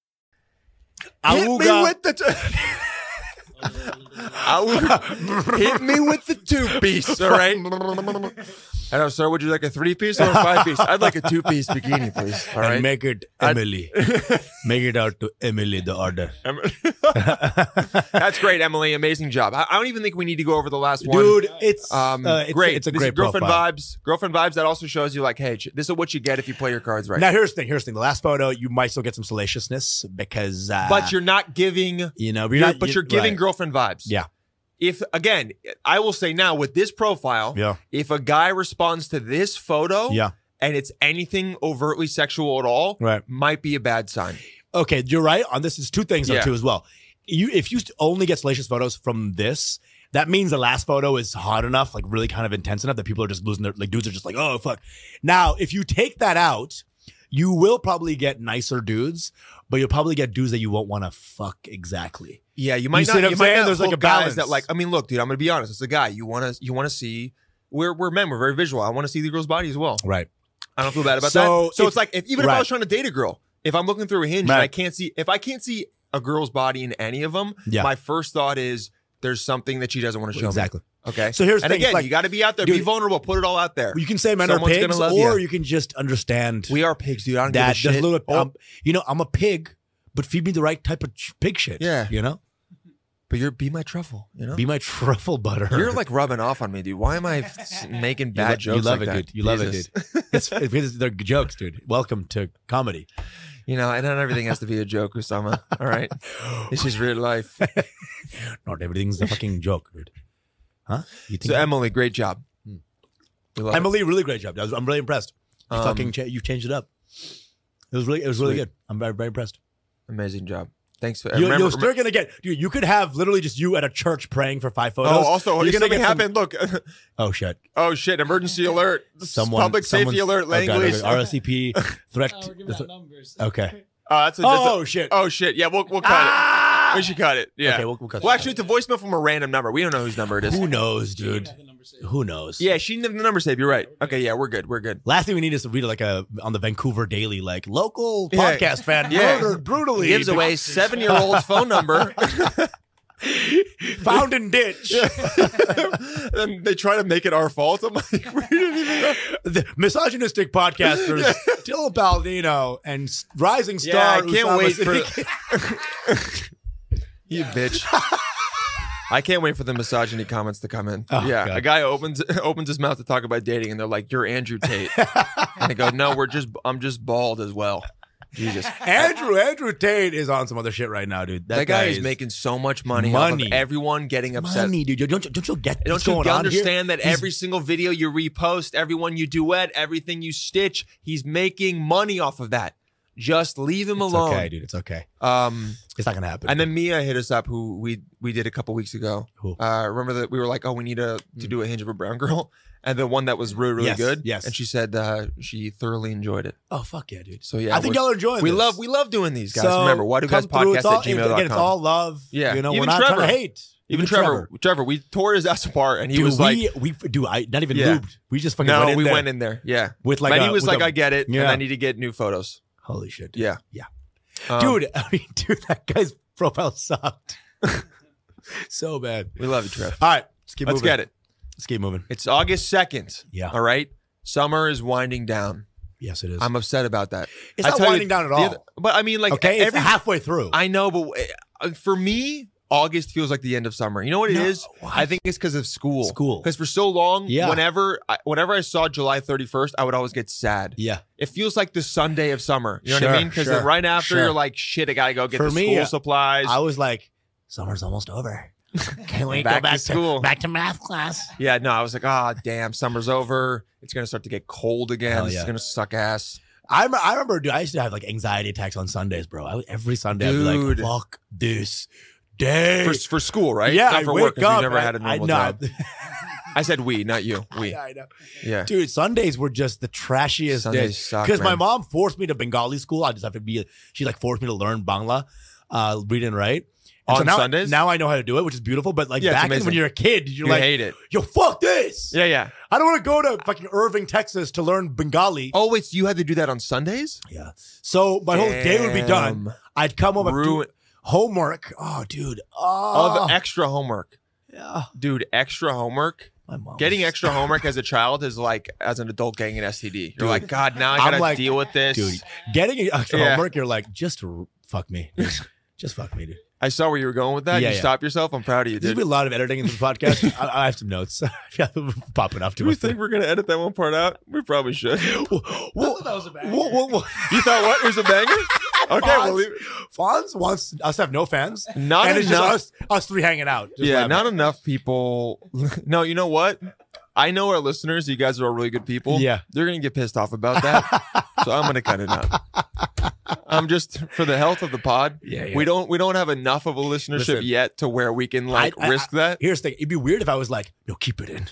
D: Hit me
C: (laughs) Auga.
D: with the. T- Auga. (laughs) Hit me with the two piece, all
C: (laughs)
D: right? I know, sir. Would you like a three piece or a five piece? I'd like a two piece bikini, please. All
C: and
D: right.
C: make it
D: (laughs)
C: Emily. make it out to Emily the order.
D: That's great, Emily. Amazing job. I, I don't even think we need to go over the last one.
C: Dude, it's,
D: Um,
C: uh, it's
D: great.
C: It's a
D: This is
C: great
D: girlfriend
C: profile.
D: vibes. Girlfriend vibes. That also shows you, like, hey, ch- this is what you get if you play your cards right.
C: Now here's the thing. Here's the thing. The last photo, you might still get some salaciousness because, uh,
D: but you're not giving.
C: you know,
D: you're- but you're giving
C: right.
D: girlfriend vibes.
C: Yeah.
D: If again, I will say now with this profile,
C: Yeah.
D: if a guy responds to this photo,
C: Yeah.
D: and it's anything overtly sexual at all,
C: Right.
D: might be a bad sign.
C: Okay, you're right on this. It's two things though
D: Yeah.
C: too as well. You if you only get salacious photos from this, that means the last photo is hot enough, like really kind of intense enough that people are just losing their like dudes are just like, oh fuck. Now, if you take that out, you will probably get nicer dudes, but you'll probably get dudes that you won't want to fuck exactly.
D: Yeah, you
C: You
D: might
C: see
D: not.
C: what I'm
D: You might
C: saying?
D: not
C: There's, like,
D: hook
C: a
D: guys that
C: balance.
D: like. I mean, look, dude. I'm gonna be honest. As a guy, you want to you want to see. We're we're men. We're very visual. I want to see the girl's body as well.
C: Right.
D: I don't feel bad about
C: So
D: that. So
C: if-
D: it's like if even if I
C: right.
D: was trying to date a girl, if I'm looking through a hinge and
C: Right.
D: I can't see if I can't see a girl's body in any of them,
C: Yeah.
D: my first thought is there's something that she doesn't want to show
C: Exactly.
D: me. Okay.
C: So here's the
D: and
C: thing, it's
D: again,
C: like-
D: you got to be out there, be
C: Dude-
D: vulnerable, put it all out there.
C: You can say men are
D: Someone's gonna
C: pigs,
D: love
C: or
D: ya.
C: you can just understand
D: we are pigs, dude. I don't
C: that
D: give a
C: there's
D: shit.
C: a little,
D: Oh,
C: um, you know, I'm a pig, but feed me the right type of ch- pig shit.
D: Yeah.
C: You know,
D: but you're be my truffle. You know,
C: be my (laughs) truffle butter.
D: you're like rubbing off on me, dude. Why am I f- making
C: You
D: bad
C: lo-
D: jokes?
C: You love
D: like
C: it,
D: that?
C: dude. You love
D: Jesus.
C: it, dude. (laughs) It's, it's because they're jokes, dude. Welcome to
D: (gasps)
C: comedy.
D: You know, and not everything has to be a joke,
C: (laughs)
D: Usama. All right, this is real life.
C: Not everything's a fucking joke, dude. Huh? You think
D: So Emily, great job. We love it.
C: Emily, really great job. I was- I'm really impressed. You
D: Um,
C: fucking cha- you changed it up. It was really, it was really
D: Sweet.
C: good. I'm very, very impressed.
D: amazing job. Thanks for
C: You,
D: remember-
C: you're still gonna get, dude. You could have literally just you at a church praying for five photos.
D: Oh, also,
C: You're
D: you
C: gonna
D: something
C: get some-
D: happened. Look, (laughs)
C: Oh shit!
D: oh shit!
C: (laughs)
D: Emergency alert!
C: Someone,
D: public safety
C: someone's-
D: alert!
C: oh, God,
D: Language.
C: okay.
D: (laughs)
C: RSCP threat.
F: Oh, we're giving out numbers.
C: okay.
D: Uh, that's a, that's a-
C: Oh shit! Ah!
D: oh shit! Yeah, we'll we'll cut it. We should cut it. Yeah.
C: Okay, we'll, we'll cut.
D: well,
C: that.
D: actually, it's a voicemail from a random number. We don't know whose number it is.
C: who knows,
F: She didn't
C: dude?
F: have the number saved.
C: Who knows?
D: Yeah, she didn't have the number saved. You're right. Okay, yeah, we're good. We're good.
C: Last thing we need is to read like a on the Vancouver Daily, like local
D: Yeah.
C: podcast fan
D: Yeah.
C: murdered brutally
D: Gives (laughs) away seven year old's phone number.
C: found in ditch.
D: (laughs) and they try to make it our fault. I'm like, (laughs) we didn't even know.
C: The misogynistic podcasters Dill Baldino and s- rising star.
D: Yeah, I can't
C: Usama
D: wait for. (laughs)
C: Siddiqui.
D: you bitch. I can't wait for the misogyny comments to come in.
C: Oh,
D: yeah,
C: God.
D: a guy opens (laughs) opens his mouth to talk about dating, and they're like, "You're Andrew Tate," and I go, "No, we're just I'm just bald as well." (laughs) Jesus,
C: Andrew Andrew Tate is on some other shit right now, dude.
D: that,
C: That,
D: guy, is making so much money. Money,
C: money.
D: everyone getting upset.
C: money, dude. Don't you, don't you get
D: Don't
C: what's
D: you
C: going on here?
D: understand that
C: He's-
D: every single video you repost, everyone you duet, everything you stitch, he's making money off of that. Just leave him
C: It's
D: alone.
C: okay, dude. It's okay.
D: Um,
C: It's not gonna happen.
D: and then Mia hit us up, who we we did a couple weeks ago.
C: Who?
D: Uh, remember that we were like, oh, we need a, to do a hinge of a brown girl, (laughs) and the one that was really really
C: Yes,
D: good.
C: yes.
D: And she said uh, she thoroughly enjoyed it.
C: oh fuck yeah, dude.
D: So yeah,
C: I think
D: we're-
C: y'all are enjoying.
D: we
C: this.
D: love we love doing these guys.
C: So,
D: Remember, why do guys
C: come through.
D: podcast
C: It's all,
D: at gmail.com?
C: Again, it's all love.
D: Yeah.
C: you know,
D: Even
C: we're not trying
D: Trevor.
C: to hate.
D: even Trevor, Trevor, we tore his ass apart, and he
C: dude,
D: was like,
C: we we do. I not even
D: Yeah.
C: lubed. We just fucking
D: "No,
C: went in
D: we
C: there
D: went in there." Yeah,
C: with like.
D: like
C: a-
D: was
C: with
D: like,
C: a-
D: "I get it, and
C: yeah.
D: I need to get new photos."
C: Holy shit.
D: Yeah,
C: Yeah.
D: Um,
C: dude. (laughs) I mean, dude, that guy's
D: (laughs)
C: profile sucked. so bad.
D: we love you, Trev.
C: All right, let's keep
D: Let's
C: moving.
D: get it.
C: Let's keep moving.
D: It's August second.
C: Yeah.
D: All right, summer is winding down.
C: Yes, it is.
D: I'm upset about that.
C: it's
D: I
C: not
D: tell you,
C: winding down at
D: the
C: all.
D: other- but I mean, like
C: okay,
D: every
C: it's halfway through.
D: I know, but uh, for me, August feels like the end of summer. You know what it
C: No,
D: is?
C: what?
D: I think it's because of school.
C: School.
D: Because for so long,
C: Yeah.
D: whenever I, whenever I saw July 31st, I would always get sad.
C: yeah.
D: It feels like the Sunday of summer. You know what
C: Sure,
D: I mean? Because
C: sure,
D: then right after,
C: sure.
D: you're like, shit, I gotta go get
C: For
D: the
C: me,
D: school
C: uh,
D: supplies.
C: I was like, summer's almost over. (laughs) Can we
D: Back
C: go
D: to
C: back
D: school.
C: back to math class?
D: yeah, no, I was like, ah, damn, summer's over. It's gonna start to get cold again.
C: Hell
D: This
C: yeah.
D: is gonna suck ass.
C: I, rem- I remember, dude, I used to have like anxiety attacks on Sundays, bro. I would, every Sunday, I'd be like,
D: Dude.
C: fuck this day.
D: For, for school, right?
C: Yeah,
D: Not
C: I
D: for
C: wake
D: work, 'cause
C: up.
D: we never
C: I-
D: had a normal
C: I,
D: job.
C: know. (laughs)
D: I said we, not you. We.
C: I know.
D: Yeah.
C: Dude, Sundays were just the trashiest
D: Sundays
C: days.
D: suck,
C: Because my
D: man.
C: mom forced me to Bengali school. I just have to be, she like forced me to learn Bangla, uh, read and write. And
D: On
C: now,
D: Sundays?
C: Now I know how to do it, which is beautiful. But like
D: Yeah, it's
C: back then when
D: amazing.
C: you're a kid, you're
D: you
C: like,
D: hate it.
C: yo, fuck this.
D: Yeah, yeah.
C: I don't want to go to fucking Irving, Texas to learn Bengali.
D: Oh, wait, so you had to do that on Sundays?
C: Yeah. So my whole day would be done.
D: Damn.
C: I'd come home and do
D: Ruin-
C: homework. Oh, dude. Oh,
D: Of extra homework.
C: yeah.
D: Dude, extra homework.
C: My mom.
D: Getting
C: was-
D: extra homework as a child is like as an adult getting an STD. You're like, God, now I
C: I'm
D: gotta
C: like,
D: deal with this.
C: Dude, getting extra
D: Yeah.
C: homework, you're like, just r- fuck me.
D: (laughs)
C: just fuck me, dude.
D: I saw where you were going with that.
C: Yeah,
D: you
C: yeah.
D: stop yourself. I'm proud of you,
C: There's
D: dude.
C: been a lot of editing in
D: (laughs)
C: this podcast. I, I have some notes (laughs) popping off
D: Do
C: to
D: we
C: us.
D: think we're gonna edit that one part out? We probably should. (laughs)
C: Well, that was a banger. Well, well, (laughs) well,
D: You thought what? It was a
C: (laughs)
D: banger? Okay,
C: Fonz,
D: well, leave it.
C: Fonz wants us to have no fans,
D: Not
C: and it's just
D: enough.
C: us, us three hanging out. just
D: yeah,
C: laughing.
D: not enough people. (laughs) no, you know what? I know our listeners. You guys are all really good people.
C: Yeah.
D: they're gonna get pissed off about that. so I'm gonna cut it
C: (laughs)
D: out. I'm just for the health of the pod.
C: Yeah, yeah.
D: we don't we don't have enough of a listenership
C: Listen.
D: yet to where we can like
C: I- I-
D: risk that.
C: Here's the thing: it'd be weird if I was like, "No, keep
D: (laughs)
C: it in."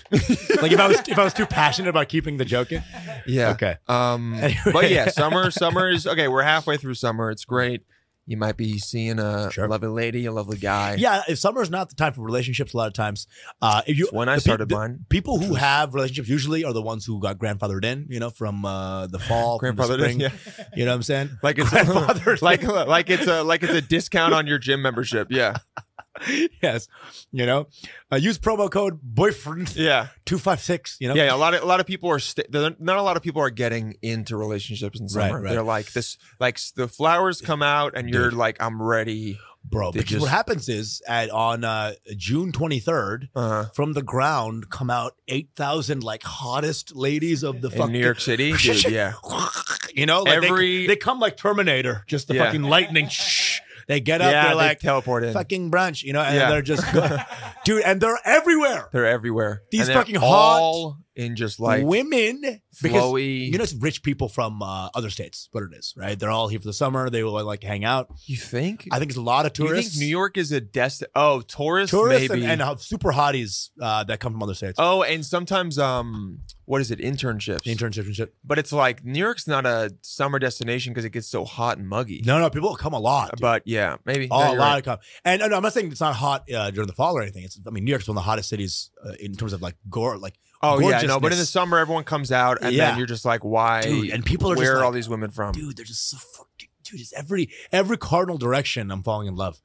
C: like if I was if I was too passionate about keeping the joke in.
D: Yeah.
C: Okay. (laughs)
D: Um.
C: Anyway.
D: But yeah, summer. Summer is okay. We're halfway through summer. It's great. You might be seeing a
C: Sure.
D: lovely lady, a lovely guy.
C: Yeah, if summer's not the time for relationships, a lot of times, uh, if you
D: It's when I
C: the pe-
D: started
C: the
D: mine.
C: people who have relationships usually are the ones who got grandfathered in, you know, from uh, (laughs) the fall, from the
D: Grandfather did,
C: spring.
D: yeah.
C: You know what I'm saying?
D: Like it's
C: Grandfather
D: (laughs)
C: did.
D: like like it's a like it's a discount on your gym membership. Yeah.
C: (laughs) yes, you know, uh, use promo code boyfriend (laughs)
D: Yeah.
C: two five six. You know,
D: Yeah, yeah, a lot of a lot of people are st- they're- not a lot of people are getting into relationships in
C: Right,
D: summer.
C: right.
D: They're like this, like s- the flowers come out, and you're like, I'm ready.
C: bro.
D: They
C: Because
D: just-
C: what happens is at on uh, June 23rd.
D: Uh,
C: From the ground come out eight thousand like hottest ladies of the
D: in
C: fucking
D: New York City, dude, yeah,
C: (laughs) you know, like they,
D: Every-
C: they come like Terminator, just the
D: Yeah.
C: fucking lightning. Shh. They get up,
D: yeah,
C: they're
D: they
C: like
D: teleport in.
C: fucking brunch, you know, and
D: Yeah.
C: they're (laughs) just go- dude, and they're everywhere.
D: They're everywhere.
C: These
D: And they're
C: fucking hot
D: all in just like
C: Women, because
D: flowy.
C: you know, it's rich people from uh, other states. What it is, right? They're all here for the summer. They will like hang out.
D: you think?
C: I think it's a lot of
D: Do you think
C: tourists,
D: New York is a dest? Oh, tourists,
C: tourists,
D: maybe.
C: and, and uh, super hotties uh, that come from other states.
D: oh, and sometimes um, what is it? Internships.
C: Internships and shit.
D: but it's like New York's not a summer destination because it gets so hot and muggy.
C: No, no, people come a lot. dude.
D: But yeah, maybe. No,
C: Oh, a
D: you're
C: lot
D: right.
C: of com- and uh, no, I'm not saying it's not hot uh, during the fall or anything. It's, I mean, New York's one of the hottest cities uh, in terms of like gore, like
D: Oh yeah, no. But in the
C: gorgeousness.
D: summer, everyone comes out, and
C: Yeah.
D: then you're just like, why?
C: Dude, and people are just
D: where are
C: like,
D: all these women from?
C: dude, they're just so fucking dude. It's every every cardinal direction I'm falling in love.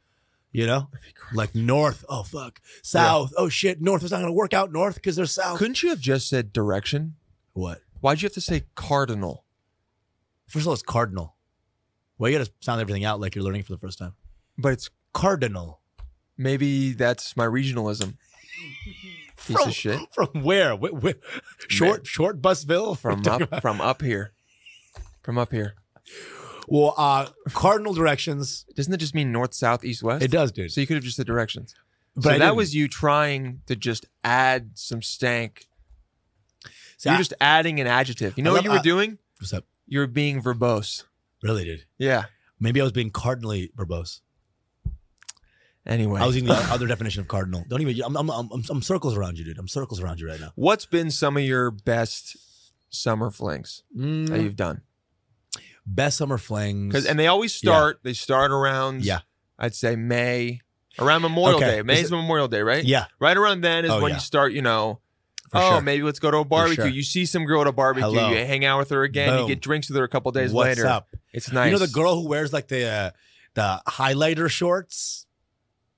C: You know, like north. Oh fuck, south. Oh shit, north is not gonna work out north because they're south.
D: Couldn't you have just said direction?
C: what?
D: Why'd you have to say cardinal?
C: First of all, it's cardinal. Well, you gotta sound everything out like you're learning for the first time.
D: But it's
C: Cardinal.
D: maybe that's my regionalism. Piece of shit.
C: From where? Wh- wh- short, short busville.
D: From up, from up here, from up here.
C: Well, uh, cardinal directions.
D: Doesn't it just mean north, south, east, west?
C: It does, dude.
D: So you could have just said directions.
C: But
D: so
C: I
D: that
C: didn't.
D: was you trying to just add some stank.
C: See,
D: You're
C: I-
D: just adding an adjective. You know
C: I
D: what
C: love-
D: you were
C: I-
D: doing?
C: what's up?
D: You were being verbose.
C: Really did.
D: Yeah.
C: Maybe I was being cardinally verbose.
D: Anyway,
C: I was using the other definition of cardinal. Don't even. I'm, I'm, I'm, I'm circles around you, dude. I'm circles around you right now.
D: (laughs) what's been some of your best summer flings
C: Mm.
D: that you've done?
C: Best summer flings.
D: Because and they always start. They start around.
C: Yeah.
D: I'd say May, around Memorial
C: Okay.
D: Day. May's
C: Is it-
D: Memorial Day, right?
C: yeah,
D: Right around then is
C: Oh,
D: when
C: yeah.
D: you start. You know.
C: for
D: oh,
C: sure.
D: maybe let's go to a barbecue.
C: sure.
D: You see some girl at a barbecue.
C: Hello.
D: You hang out with her again.
C: Boom.
D: You get drinks with her a couple days
C: What's
D: later.
C: up?
D: It's nice.
C: You know the girl who wears like the uh, the highlighter shorts.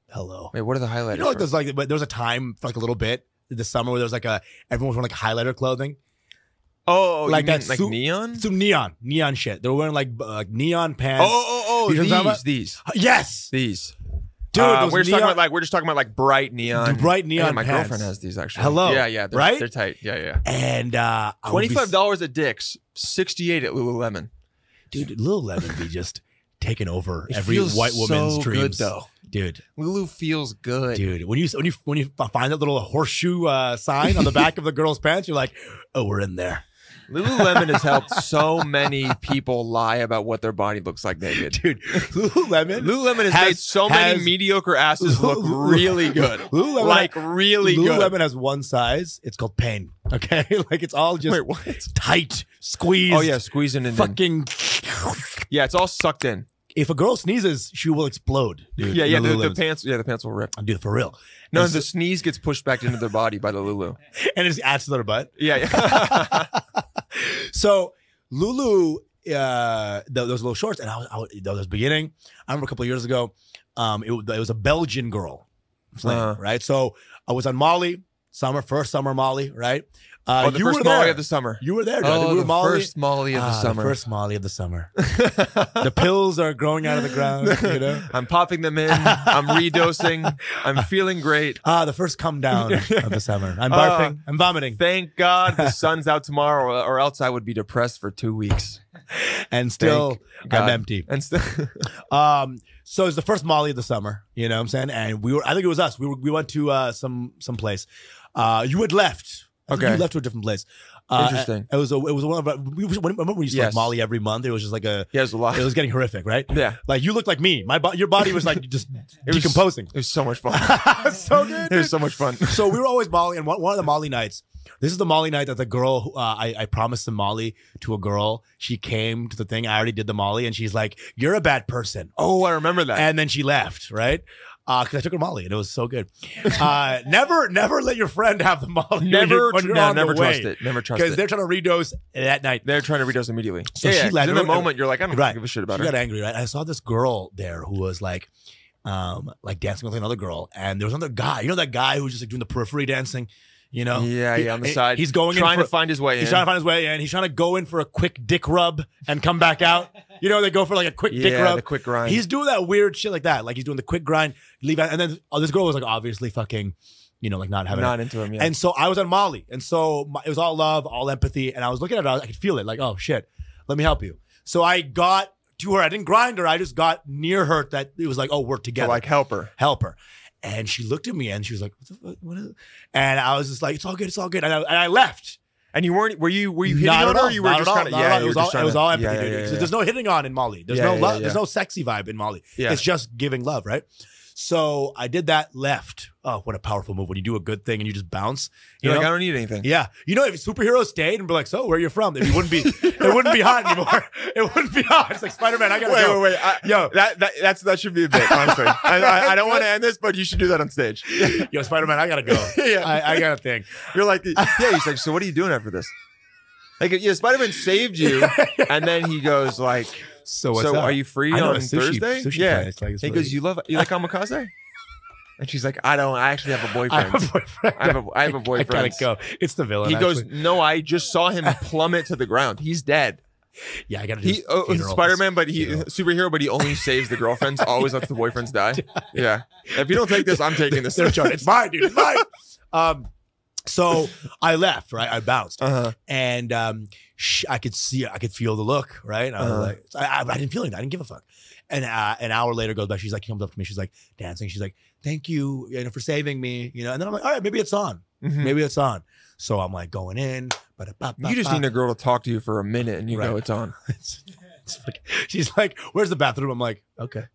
C: Hello.
D: Wait, what are the highlighters?
C: You know, like
D: for?
C: there's like but there was a time for like a little bit in the summer where there was like a everyone was wearing like highlighter clothing,
D: oh, like
C: like that
D: mean, like
C: suit-
D: neon.
C: some neon neon shit. They were wearing like b- like neon
D: oh,
C: pants.
D: oh, oh,
C: You know what I'm talking
D: these, these,
C: Yes,
D: these.
C: dude.
D: Uh,
C: those
D: we're just
C: neon,
D: talking about like we're just talking about like bright neon,
C: the bright
D: Yeah,
C: neon.
D: my
C: pants.
D: girlfriend has these actually.
C: Hello.
D: Yeah, yeah. They're,
C: Right?
D: They're tight. Yeah, yeah.
C: And uh, I would
D: Twenty
C: be-
D: five dollars at Dick's, sixty eight at Lululemon.
C: dude. Lil Lemon be just (laughs) taking over
D: It
C: every
D: feels
C: white woman's
D: so
C: dreams,
D: good though.
C: dude.
D: Lulu feels good.
C: Dude, when you when you when you find that little horseshoe uh, sign on the back of the girl's pants, you're like, oh, we're in there, (laughs)
D: Lululemon has helped so many people lie about what their body looks like naked.
C: dude. Lululemon,
D: Lululemon has,
C: Has-
D: made so many
C: has-
D: mediocre asses look
C: Lulu-
D: really good.
C: Lululemon-
D: like really
C: Lululemon
D: good.
C: has one size. It's called pain. (laughs) Okay, like it's all just
D: Wait, what?
C: tight, squeezed.
D: Oh yeah, squeezing and then.
C: fucking.
D: Yeah, it's all sucked in.
C: If a girl sneezes, she will explode. Dude,
D: yeah, yeah. The, the
C: Lululemons.
D: pants. Yeah, the pants will rip.
C: Dude, for real.
D: No,
C: It's-
D: the sneeze gets pushed back into their body by the
C: (laughs)
D: Lulu.
C: and it just adds to their butt.
D: Yeah,
C: (laughs) Uh,
D: yeah.
C: so Lulu, uh, th- those little shorts, and I was, I was, that was beginning. I remember a couple of years ago, um, it, was- it was a Belgian girl, fling,
D: Uh-huh.
C: right? So I was on Molly summer, first summer Molly, right? Uh,
D: oh, the
C: you
D: first
C: were
D: Molly
C: there.
D: of the summer.
C: you were there. dude.
D: Oh,
C: we were
D: the
C: Molly.
D: first Molly of the
C: Ah,
D: summer.
C: first Molly of
D: (laughs)
C: the summer. the pills are growing out of the ground. You know.
D: (laughs) I'm popping them in. I'm
C: (laughs)
D: redosing. I'm feeling great.
C: Ah, the first come down of the summer.
D: (laughs)
C: I'm
D: Ah.
C: barfing. I'm vomiting.
D: Thank God the sun's out tomorrow, or- or else I would be depressed for two weeks.
C: And still,
D: Thank
C: I'm
D: God.
C: empty.
D: And (laughs) still,
C: Um, so it's the first Molly of the summer, you know what I'm saying? And we were, I think it was us. We were, we went to uh, some some place. Uh, you had left. I think
D: Okay.
C: you left to a different place. Uh,
D: Interesting.
C: It was a, it was one of our, we was, remember when you used to, like
D: Yes.
C: Molly every month? It was just like a
D: yeah, it was a lot.
C: it was getting horrific, right?
D: yeah,
C: Like you looked like me. My bo- your body was like just
D: (laughs) It was-
C: decomposing.
D: it was so much
C: (laughs)
D: fun.
C: so good.
D: (laughs) It was so much fun.
C: (laughs) so we were always Molly, and one, one of the Molly nights. This is the Molly night that the girl who, uh, I, I promised the Molly to a girl. She came to the thing. I already did the Molly, and she's like, "You're a bad person."
D: Oh, I remember that.
C: and then she left, right? Because I took her Molly and it was so good. Uh, never, never let your friend have the Molly. (laughs) when
D: never,
C: you're- when you're
D: no,
C: on the
D: never trust
C: way.
D: it. Never trust
C: because
D: it.
C: they're trying to redose that night.
D: They're trying to redose immediately.
C: So
D: yeah,
C: she
D: yeah, 'cause
C: let
D: in
C: her-
D: the moment you're like, I don't
C: Right.
D: give a shit
C: She
D: about
C: got
D: her.
C: angry, right? I saw this girl there who was like, um, like dancing with another girl, and there was another guy. You know that guy who's just like doing the periphery dancing. You know,
D: Yeah,
C: He-
D: yeah, on the
C: he-
D: side.
C: He's going
D: trying
C: in for,
D: to find his way in.
C: He's trying to find his way in. He's trying to go in for a quick dick rub and come back out. You know, they go for like a quick dick
D: yeah,
C: rub.
D: the quick grind.
C: He's doing that weird shit like that. Like he's doing the quick grind, leave out, and then oh, this girl was like obviously fucking, you know, like not having
D: not
C: it.
D: into him. Yeah.
C: And so I was on Molly, and so my, it was all love, all empathy, and I was looking at her, I, was- I could feel it, like oh shit, let me help you. So I got to her. I didn't grind her. I just got near her. That it was like oh we're
D: So,
C: together,
D: like help her.
C: help her. And she looked at me and she was like, what the fuck? What is it? And I was just like, it's all good, it's all good. And I, and I left.
D: And you weren't? Were you? Were you hitting
C: Not
D: on
C: at all,
D: her? Or you were
C: not
D: just
C: at all,
D: trying to.
C: not at
D: Yeah,
C: all.
D: you
C: it
D: were
C: was
D: just
C: all, it
D: trying
C: was
D: to-
C: all empathy,
D: yeah, yeah,
C: dude.
D: yeah,
C: 'Cause
D: yeah.
C: There's no hitting on in Molly. There's
D: Yeah,
C: no
D: yeah,
C: love.
D: yeah.
C: There's no sexy vibe in Molly.
D: Yeah.
C: It's just giving love, right? So I did that. Left. Oh, what a powerful move! When you do a good thing and you just bounce. You
D: You're like,
C: know?
D: I don't need anything.
C: yeah, you know, if superheroes stayed and be like, "So, where are you from?" It
D: (laughs)
C: wouldn't be, it wouldn't be hot anymore. (laughs) It wouldn't be hot. It's like Spider Man. I gotta
D: Wait,
C: go.
D: wait, wait. I,
C: Yo.
D: that, that that's that should be a bit. Honestly, I, I, I don't want to end this, but you should do that on stage.
C: (laughs) Yo, Spider Man, I gotta go.
D: (laughs) Yeah.
C: I, I got a thing.
D: You're
C: (laughs)
D: like, yeah. He's like, so what are you doing after this? Like, yeah, Spider Man saved
C: (laughs)
D: you, and then he goes like,
C: So, what's
D: so
C: up?
D: are you free
C: I know,
D: on
C: a sushi-
D: Thursday?
C: sushi
D: yeah.
C: place, like, it's
D: he
C: really-
D: goes, you love you like kamikaze? And she's like, I don't. I actually have a
C: (laughs) I
D: boyfriend.
C: have a boyfriend.
D: I have a, I have a
C: (laughs) I
D: boyfriend.
C: gotta go. It's the villain.
D: He goes,
C: actually.
D: no, I just saw
C: (laughs)
D: him plummet to the ground. He's dead.
C: Yeah, I gotta do.
D: He oh,
C: funeral.
D: Spider-Man, but he
C: Funeral.
D: superhero, but he only saves the girlfriends. Always lets the boyfriends
C: (laughs)
D: die. Yeah. If you don't take this, I'm (laughs) taking this. (laughs)
C: They're joking. It's mine, dude. It's mine. Um, so I left, right? I bounced,
D: Uh-huh.
C: and um, sh- I could see, I could feel the look, right? And I was
D: Uh-huh.
C: like, I, I, I didn't feel anything. I didn't give a fuck. And uh, an hour later goes by. She's like, comes up to me. She's like dancing. She's like, "Thank you, you know, for saving me." You know, and then I'm like, "All right, maybe it's on.
D: Mhm.
C: Maybe it's on." So I'm like going in, but
D: You just need a girl to talk to you for a minute, and you
C: Right.
D: know it's on.
C: (laughs) It's like- She's like, "Where's the bathroom?" I'm like, "Okay,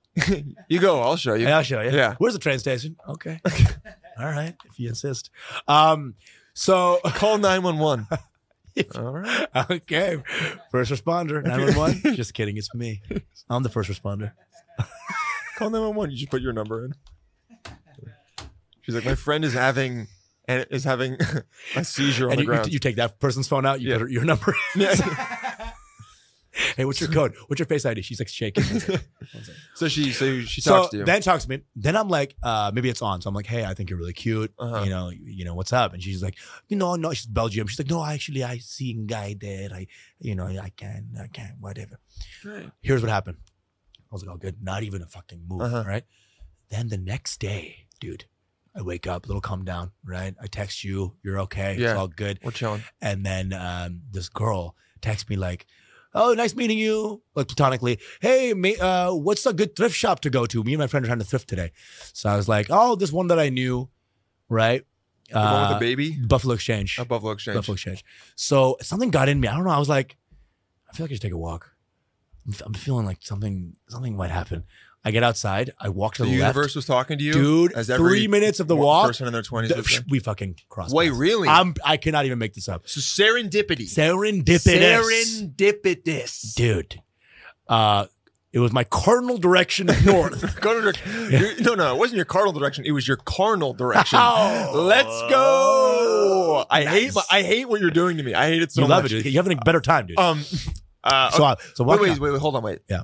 D: You go. I'll show you.
C: (laughs) Yeah, I'll show you."
D: Yeah.
C: Where's the train station?
D: (laughs)
C: Okay. All right, if you insist. Um. So (laughs)
D: Call nine one one. All right.
C: okay, first responder, nine one one. Just kidding, it's me. I'm the first responder.
D: Call nine one one. You just put your number in. She's like, my friend is having and is having (laughs) a seizure on
C: and
D: the
C: you, you,
D: ground.
C: you take that person's phone out. You
D: Yeah.
C: put her, your number.
D: (laughs) Yeah.
C: (laughs) hey, what's your code? What's your face ID? She's like shaking.
D: so she so (laughs) she
C: so
D: talks to you.
C: then talks to me. Then I'm like, uh, maybe it's on. So I'm like, hey, I think you're really cute.
D: Uh-huh.
C: You know, you know what's up? And she's like, you know, no, she's Belgium. She's like, no, actually, I see a guy there. I, you know, I can, I can, whatever. Here's what happened. I was like, oh, good. Not even a fucking move,
D: Uh-huh.
C: right? Then the next day, dude, I wake up, little calm down, right? I text you, you're okay,
D: Yeah.
C: it's all good.
D: We're chilling.
C: And then um, this girl texts me like, "Oh, nice meeting you," like platonically. Hey, ma- uh, what's a good thrift shop to go to? Me and my friend are trying to thrift today, so I was like, "Oh, this one that I knew, right?
D: The one with
C: Uh,
D: the baby.
C: (laughs) Buffalo Exchange.
D: At Buffalo Exchange.
C: Buffalo Exchange." So something got in me. I don't know. I was like, I feel like I should take a walk. I'm, f- I'm feeling like something something might happen. I get outside. I walk to
D: The
C: the, left.
D: universe was talking to you,
C: Dude,
D: As every
C: three minutes of the
D: one
C: walk,
D: person in their twenties.
C: th- (laughs) we fucking crossed.
D: Wait,
C: paths.
D: really?
C: I'm, I cannot even make this up.
D: so serendipity.
C: Serendipitous.
D: Serendipitous.
C: dude. Uh, it was my cardinal direction
D: (laughs)
C: north.
D: Cardinal direc- your- No, no, it wasn't your cardinal direction. It was your carnal direction.
C: Oh.
D: Let's go. I hate.
C: Nice.
D: I hate what you're doing to me. I hate it so
C: you
D: much.
C: love it, dude. You're having a better time, dude.
D: Um. Uh,
C: so, uh,
D: okay.
C: so why?
D: wait, wait, wait, wait. Hold on. Wait.
C: Yeah.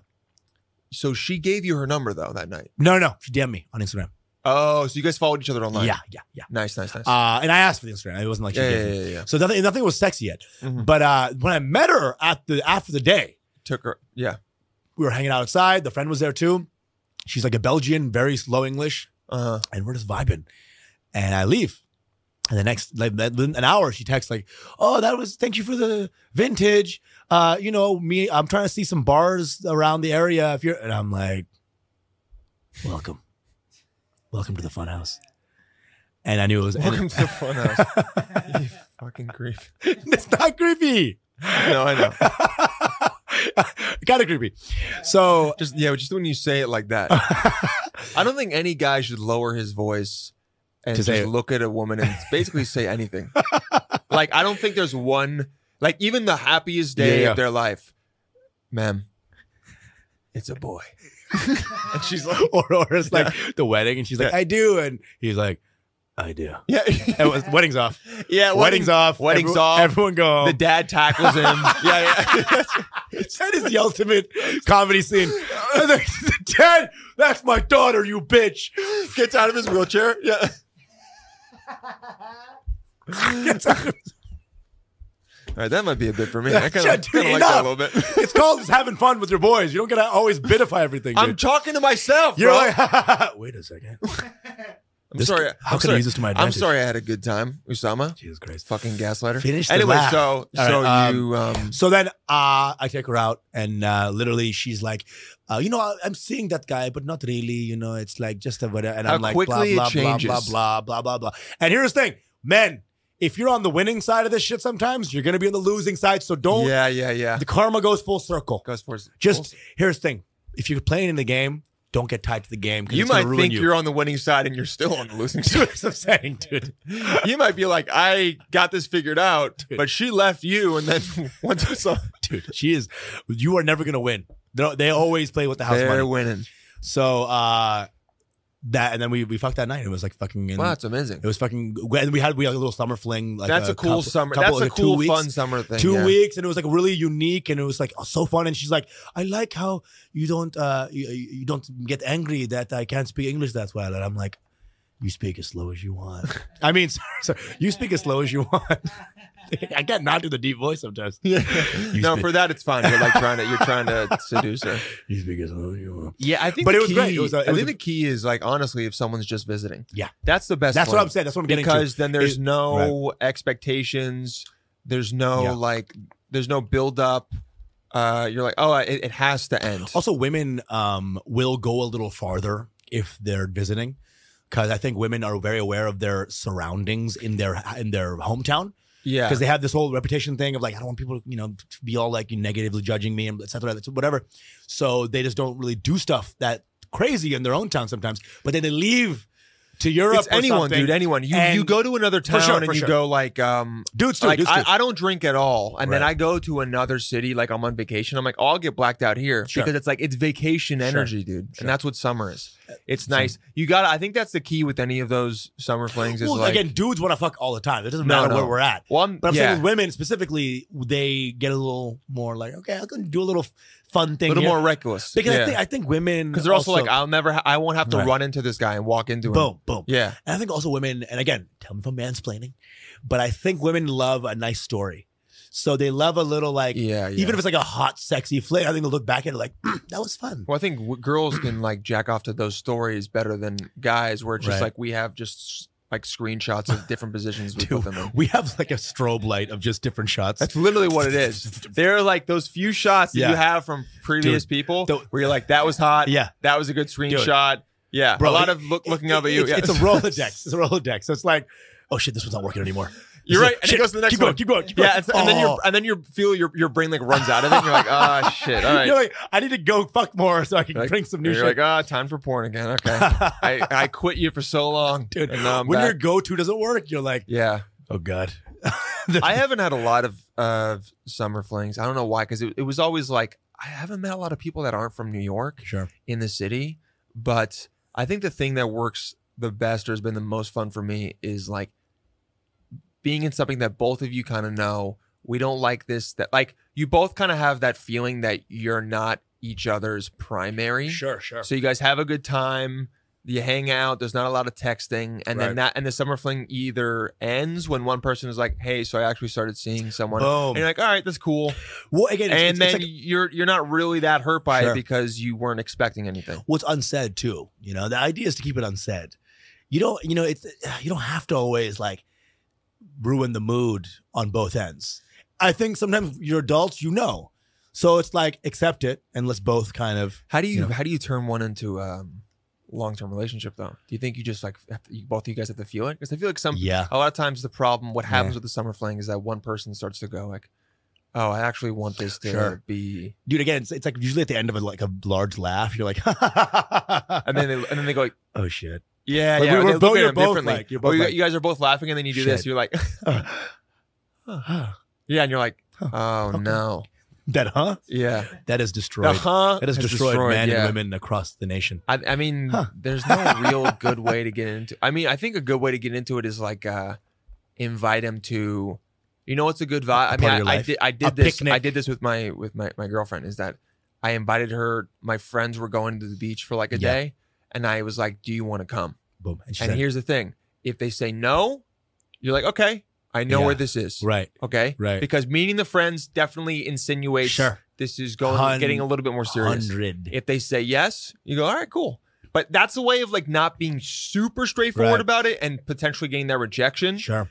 D: So she gave you her number though that night.
C: No, no, she DM'd me on Instagram.
D: Oh, so you guys followed each other online.
C: Yeah, yeah, yeah.
D: Nice, nice, nice.
C: Uh, and I asked for the Instagram. It wasn't like she
D: yeah,
C: gave
D: yeah,
C: me.
D: yeah, yeah, yeah.
C: So nothing, nothing was sexy yet.
D: Mhm.
C: But uh, when I met her at the after the day,
D: Took her. Yeah.
C: we were hanging out outside. The friend was there too. She's like a Belgian, very slow English,
D: Uh huh.
C: and we're just vibing. And I leave. And the next, like that- within an hour, she texts like, "Oh, that was thank you for the vintage. Uh, you know, me, I'm trying to see some bars around the area. If you're, and I'm like, welcome, welcome to the fun house. And I knew it was.
D: Welcome to the fun house. you fucking creep.
C: (laughs) it's not creepy.
D: No, I know.
C: (laughs) kind of creepy. So
D: Just yeah, just when you say it like
C: (laughs)
D: that. I don't think any guy should lower his voice and
C: To
D: just
C: say it.
D: look at a woman and basically
C: (laughs)
D: say anything. like I don't think there's one like even the happiest day
C: Yeah, yeah.
D: of their life, ma'am. It's a
C: (laughs)
D: boy. and she's like,
C: or, or it's like (laughs) the wedding, and she's like,
D: Yeah.
C: "I do," and he's like, "I do."
D: yeah,
C: And it was, wedding's off.
D: (laughs) yeah.
C: wedding's
D: wedding-
C: off. Oh.
D: Wedding's
C: Everyone-
D: off.
C: Everyone go home.
D: The
C: (laughs)
D: dad tackles him. yeah, yeah.
C: That is the ultimate comedy
D: (laughs)
C: scene. Ted, that's my daughter, you bitch.
D: Gets out of his wheelchair. Yeah.
C: It's,
D: All right, that might be a bit for me. I kind of like
C: Dude,
D: that
C: enough.
D: a little bit.
C: it's called just having fun with your boys. You don't gotta always bitify everything.
D: I'm
C: dude.
D: talking to myself.
C: You're
D: bro.
C: like, (laughs) wait a second.
D: I'm
C: This-
D: sorry.
C: how
D: I'm
C: can I
D: sorry.
C: use this to my
D: I'm
C: advantage?
D: sorry I had a good time, Usama.
C: Jesus Christ.
D: Fucking gaslighter.
C: Finish the
D: Anyway,
C: laugh.
D: so
C: All
D: so
C: right, um,
D: you um
C: So then uh, I take her out, and uh, literally she's like, uh, you know, I, I'm seeing that guy, but not really. You know, it's like just a whatever. And
D: How
C: I'm like, blah,
D: quickly it
C: blah, blah, blah,
D: changes.
C: blah, blah, blah, blah. And here's the thing, men, if you're on the winning side of this shit sometimes, you're going to be on the losing side. So don't,
D: yeah yeah yeah
C: the karma goes full circle.
D: goes for it.
C: Just here's the thing: if you're playing in the game, don't get tied to the game. 'cause
D: you
C: it's gonna
D: might
C: ruin
D: think
C: you. (laughs)
D: you. are on the winning side and you're still on the losing (laughs) side.
C: That's what I'm saying, dude.
D: you might be like, I got this figured out, but she left you, and then (laughs) once I saw
C: Dude, she is. You are never gonna win. They they always play with the house money.
D: winning.
C: So uh, that and then we we fucked that night. It was like fucking.
D: Wow, that's amazing.
C: it was fucking. And we had we had a little summer fling. Like
D: that's a, cool
C: couple-
D: summer.
C: couple-
D: that's a
C: two
D: cool,
C: weeks.
D: fun summer thing.
C: two
D: yeah.
C: weeks and it was like really unique and it was like oh, so fun and she's like i like how you don't uh you, you don't get angry that i can't speak english that well and i'm like you speak as slow as you want
D: (laughs)
C: i mean so, so you speak as slow as you want (laughs) i can't not do the deep voice sometimes
D: Yeah.
C: You
D: no,
C: spit-
D: for that it's fine. You're like trying to you're trying
C: (laughs)
D: to seduce her.
C: you speak as slow as you want
D: Yeah, I think.
C: But
D: the
C: it was
D: key,
C: great. It was a- it
D: I
C: was
D: think
C: a-
D: the key is like honestly, if someone's just visiting,
C: Yeah.
D: that's the best.
C: that's what
D: one.
C: i'm saying that's what i'm getting
D: because
C: to
D: then there's
C: It-
D: no expectations. There's no
C: Yeah.
D: like. There's no build up. Uh, you're like, oh, it, it has to end.
C: also women um will go a little farther if they're visiting because i think women are very aware of their surroundings in their in their hometown
D: Yeah.
C: because they have this whole reputation thing of like I don't want people to you know to be all like negatively judging me and et cetera, et cetera, whatever. So they just don't really do stuff that crazy in their own town sometimes. But then they leave to Europe.
D: It's
C: or
D: anyone,
C: something.
D: dude. Anyone. You
C: And-
D: you go to another
C: For
D: town
C: sure,
D: and
C: for
D: you
C: sure.
D: go like um
C: dudes too.
D: like
C: dudes
D: I,
C: too.
D: I don't drink at all, and then
C: Right.
D: I go to another city like I'm on vacation. I'm like, oh, I'll get blacked out here
C: Sure.
D: because it's like it's vacation
C: Sure.
D: energy, dude,
C: Sure. Uh,
D: and that's what summer is. It's nice. You got. to I think that's the key with any of those summer flings is
C: Well,
D: like.
C: again, dudes want to fuck all the time. It doesn't
D: No,
C: matter
D: no.
C: where we're at.
D: well, I'm,
C: But I'm
D: yeah,
C: saying with women specifically, they get a little more like, okay, I can do a little fun
D: a
C: thing.
D: little
C: here.
D: more reckless
C: because I
D: Yeah.
C: think I think women
D: 'Cause they're also, like, I'll never, ha- I won't have to
C: Right.
D: run into this guy and walk into him.
C: boom, boom.
D: Yeah,
C: And I think also women, and again, tell me if I'm mansplaining, but I think women love a nice story. So they love a little like,
D: yeah, yeah.
C: even if it's like a hot, sexy flick, I think they'll look back at it like, "Hmm, that was fun.
D: Well, I think w- girls can like jack off to those stories better than guys, where it's just
C: Right.
D: like we have just like screenshots of different positions we put
C: (laughs) Dude,
D: them in.
C: we have like a strobe light of just different shots.
D: That's literally what it
C: (laughs)
D: is. They're like those few shots that
C: Yeah.
D: you have from previous people
C: the-
D: where you're like, that was hot.
C: Yeah.
D: That was a good screenshot. Yeah.
C: Bro,
D: a lot
C: it-
D: of look, looking
C: It-
D: up at you.
C: It's,
D: Yeah.
C: it's a Rolodex. It's a Rolodex. So it's like, oh shit, this one's not working anymore.
D: (laughs) You're
C: It's
D: right.
C: like,
D: And
C: shit,
D: it goes to the next
C: keep going,
D: one.
C: keep going, keep going.
D: yeah. it's- and then
C: Oh.
D: you and then you feel your, your brain like runs out of it. And you're
C: (laughs)
D: like, ah, shit. All right.
C: You're like, I need to go fuck more so I can
D: Like,
C: bring some new
D: you're like,
C: shit.
D: ah, time for porn again.
C: (laughs)
D: Okay. I, I quit you for so long.
C: Dude,
D: And now I'm
C: when
D: back.
C: your go-to doesn't work, you're like, (laughs)
D: yeah.
C: oh god.
D: I haven't had a lot of of summer flings. I don't know why, because it, it was always like I haven't met a lot of people that aren't from New York
C: (laughs) sure.
D: in the city. But I think the thing that works the best or has been the most fun for me is like being in something that both of you kind of know. We don't like this. That like you both kind of have that feeling that you're not each other's primary.
C: Sure, sure.
D: So you guys have a good time. You hang out. There's not a lot of texting, and
C: Right.
D: then that and the summer fling either ends when one person is like, "Hey, so I actually started seeing someone,"
C: Boom.
D: and you're like, "All right, that's cool,"
C: well, again, it's,
D: and
C: it's-
D: then
C: it's like-
D: you're you're not really that hurt by
C: Sure.
D: it because you weren't expecting anything.
C: what's unsaid too. You know, the idea is to keep it unsaid. You don't, you know, it's (sighs) you don't have to always like ruin the mood on both ends. I think sometimes you're adults, you know, so it's like accept it and let's both kind of.
D: How do you
C: Yeah.
D: how do you turn one into a long term relationship though? Do you think you just like have to, you, both of you guys have to feel it? Because I feel like some
C: Yeah,
D: a lot of times the problem what
C: Yeah.
D: happens with the summer fling is that one person starts to go like, "Oh, I actually want this to
C: Sure.
D: be,"
C: dude. Again, it's, it's like usually at the end of a, like a large laugh, you're like, (laughs)
D: and then they, and then they go like.
C: oh shit.
D: Yeah,
C: Like,
D: yeah.
C: we-
D: they
C: we're
D: look
C: both-
D: at
C: you're
D: them
C: both
D: differently.
C: like- you're
D: Or
C: both
D: you,
C: like-
D: you guys are both laughing, and then you do this.
C: Shit.
D: You're like, (laughs) yeah, and you're like, oh
C: Okay.
D: no,
C: that huh?
D: yeah,
C: That
D: (laughs)
C: is destroyed.
D: huh,
C: That has
D: It's
C: destroyed, men
D: yeah.
C: and women across the nation.
D: I, I mean,
C: Huh.
D: there's no real good way to get into. I mean, I think a good way to get into it is like uh invite him to. You know what's a good vibe? I
C: part of your
D: mean, I, I
C: life.
D: did. I
C: A
D: did this. I
C: picnic.
D: did this with my with my my girlfriend. Is that I invited her. My friends were going to the beach for like a
C: Yeah.
D: day, and I was like, "Do you want to come?"
C: Boom. And she
D: And
C: said,
D: here's the thing: if they say no, you're like, okay, I know
C: Yeah.
D: where this is.
C: right,
D: Okay,
C: Right.
D: Because meeting the friends definitely insinuates
C: Sure.
D: this is going
C: Hun-
D: getting a little bit more serious.
C: hundred.
D: If they say yes, you go, all right, cool. But that's a way of like not being super straightforward
C: Right.
D: about it and potentially getting that rejection.
C: Sure.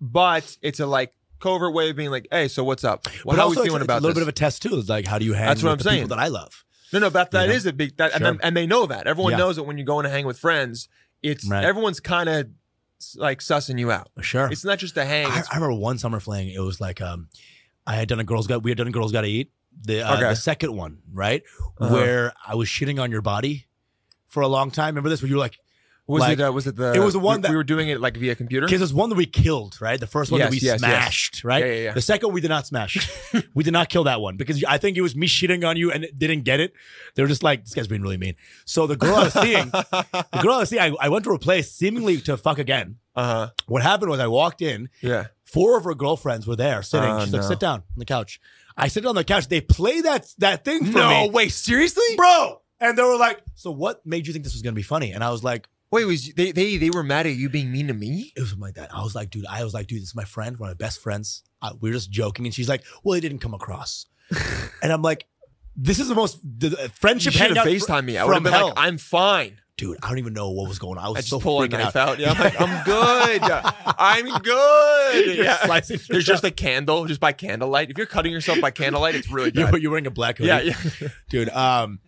D: But it's a like covert way of being like, hey, so what's up? Well,
C: but
D: how
C: also,
D: we
C: it's-
D: feeling
C: it's
D: about
C: a little
D: this?
C: bit of a test too. It's like, how do you hang
D: That's what
C: with
D: I'm
C: the
D: saying.
C: people that I love?
D: No, no, that that
C: You know?
D: is a big that, and,
C: Sure.
D: then, and they know that. Everyone
C: Yeah.
D: knows it when you're going to hang with friends. It's
C: Right.
D: everyone's kind of like sussing you out.
C: Sure.
D: (laughs) It's not just a hang.
C: I,
D: it's-
C: I remember one summer fling. It was like um, I had done a girls got we had done a girls got to eat the uh,
D: Okay.
C: the second one right
D: Uh-huh.
C: where I was shitting on your body for a long time. Remember this? Where you were like,
D: was
C: like-
D: it? Uh, was it the?
C: It was the one
D: we,
C: that-
D: we were doing it like via computer.
C: because there's one that we killed right. The first one that
D: Yes,
C: we
D: yes, yes.
C: smashed right.
D: Yeah, yeah, yeah.
C: The second we did not smash. (laughs) we did not kill that one because I think it was me shitting on you and it didn't get it. They were just like, this guy's being really mean. So the girl I
D: (laughs)
C: was (laughs) seeing, the girl I was seeing, I, I went to her place seemingly to fuck again.
D: Uh huh.
C: What happened was I walked in.
D: Yeah.
C: Four of her girlfriends were there sitting.
D: Oh,
C: She's
D: no.
C: like, sit down on the couch. I sit on the couch. They play that that thing for me.
D: wait. Seriously?
C: bro. And they were like, so what made you think this was gonna be funny? And I was like,
D: Wait. Was they? They? They were mad at you being mean to me.
C: it was something like that. I was like, dude, I was like, dude, this is my friend, one of my best friends. Uh, we were just joking, and she's like, well, it didn't come
D: (laughs)
C: across. and I'm like, this is the most the, the
D: You
C: friendship
D: should have
C: hangout fr-
D: Facetime me. I
C: from
D: would have been
C: hell.
D: like, I'm fine.
C: dude, I don't even know what was going on. I was
D: I just
C: so
D: pull a
C: freaking
D: knife
C: out.
D: out. Yeah. I'm like,
C: (laughs)
D: I'm good. I'm good.
C: You're
D: Yeah. (laughs)
C: slicing
D: There's
C: yourself.
D: just a candle, just by candlelight. If you're cutting yourself by candlelight, it's really
C: (laughs) You're,
D: bad.
C: you're wearing a black hoodie.
D: Yeah. Yeah.
C: dude. Um,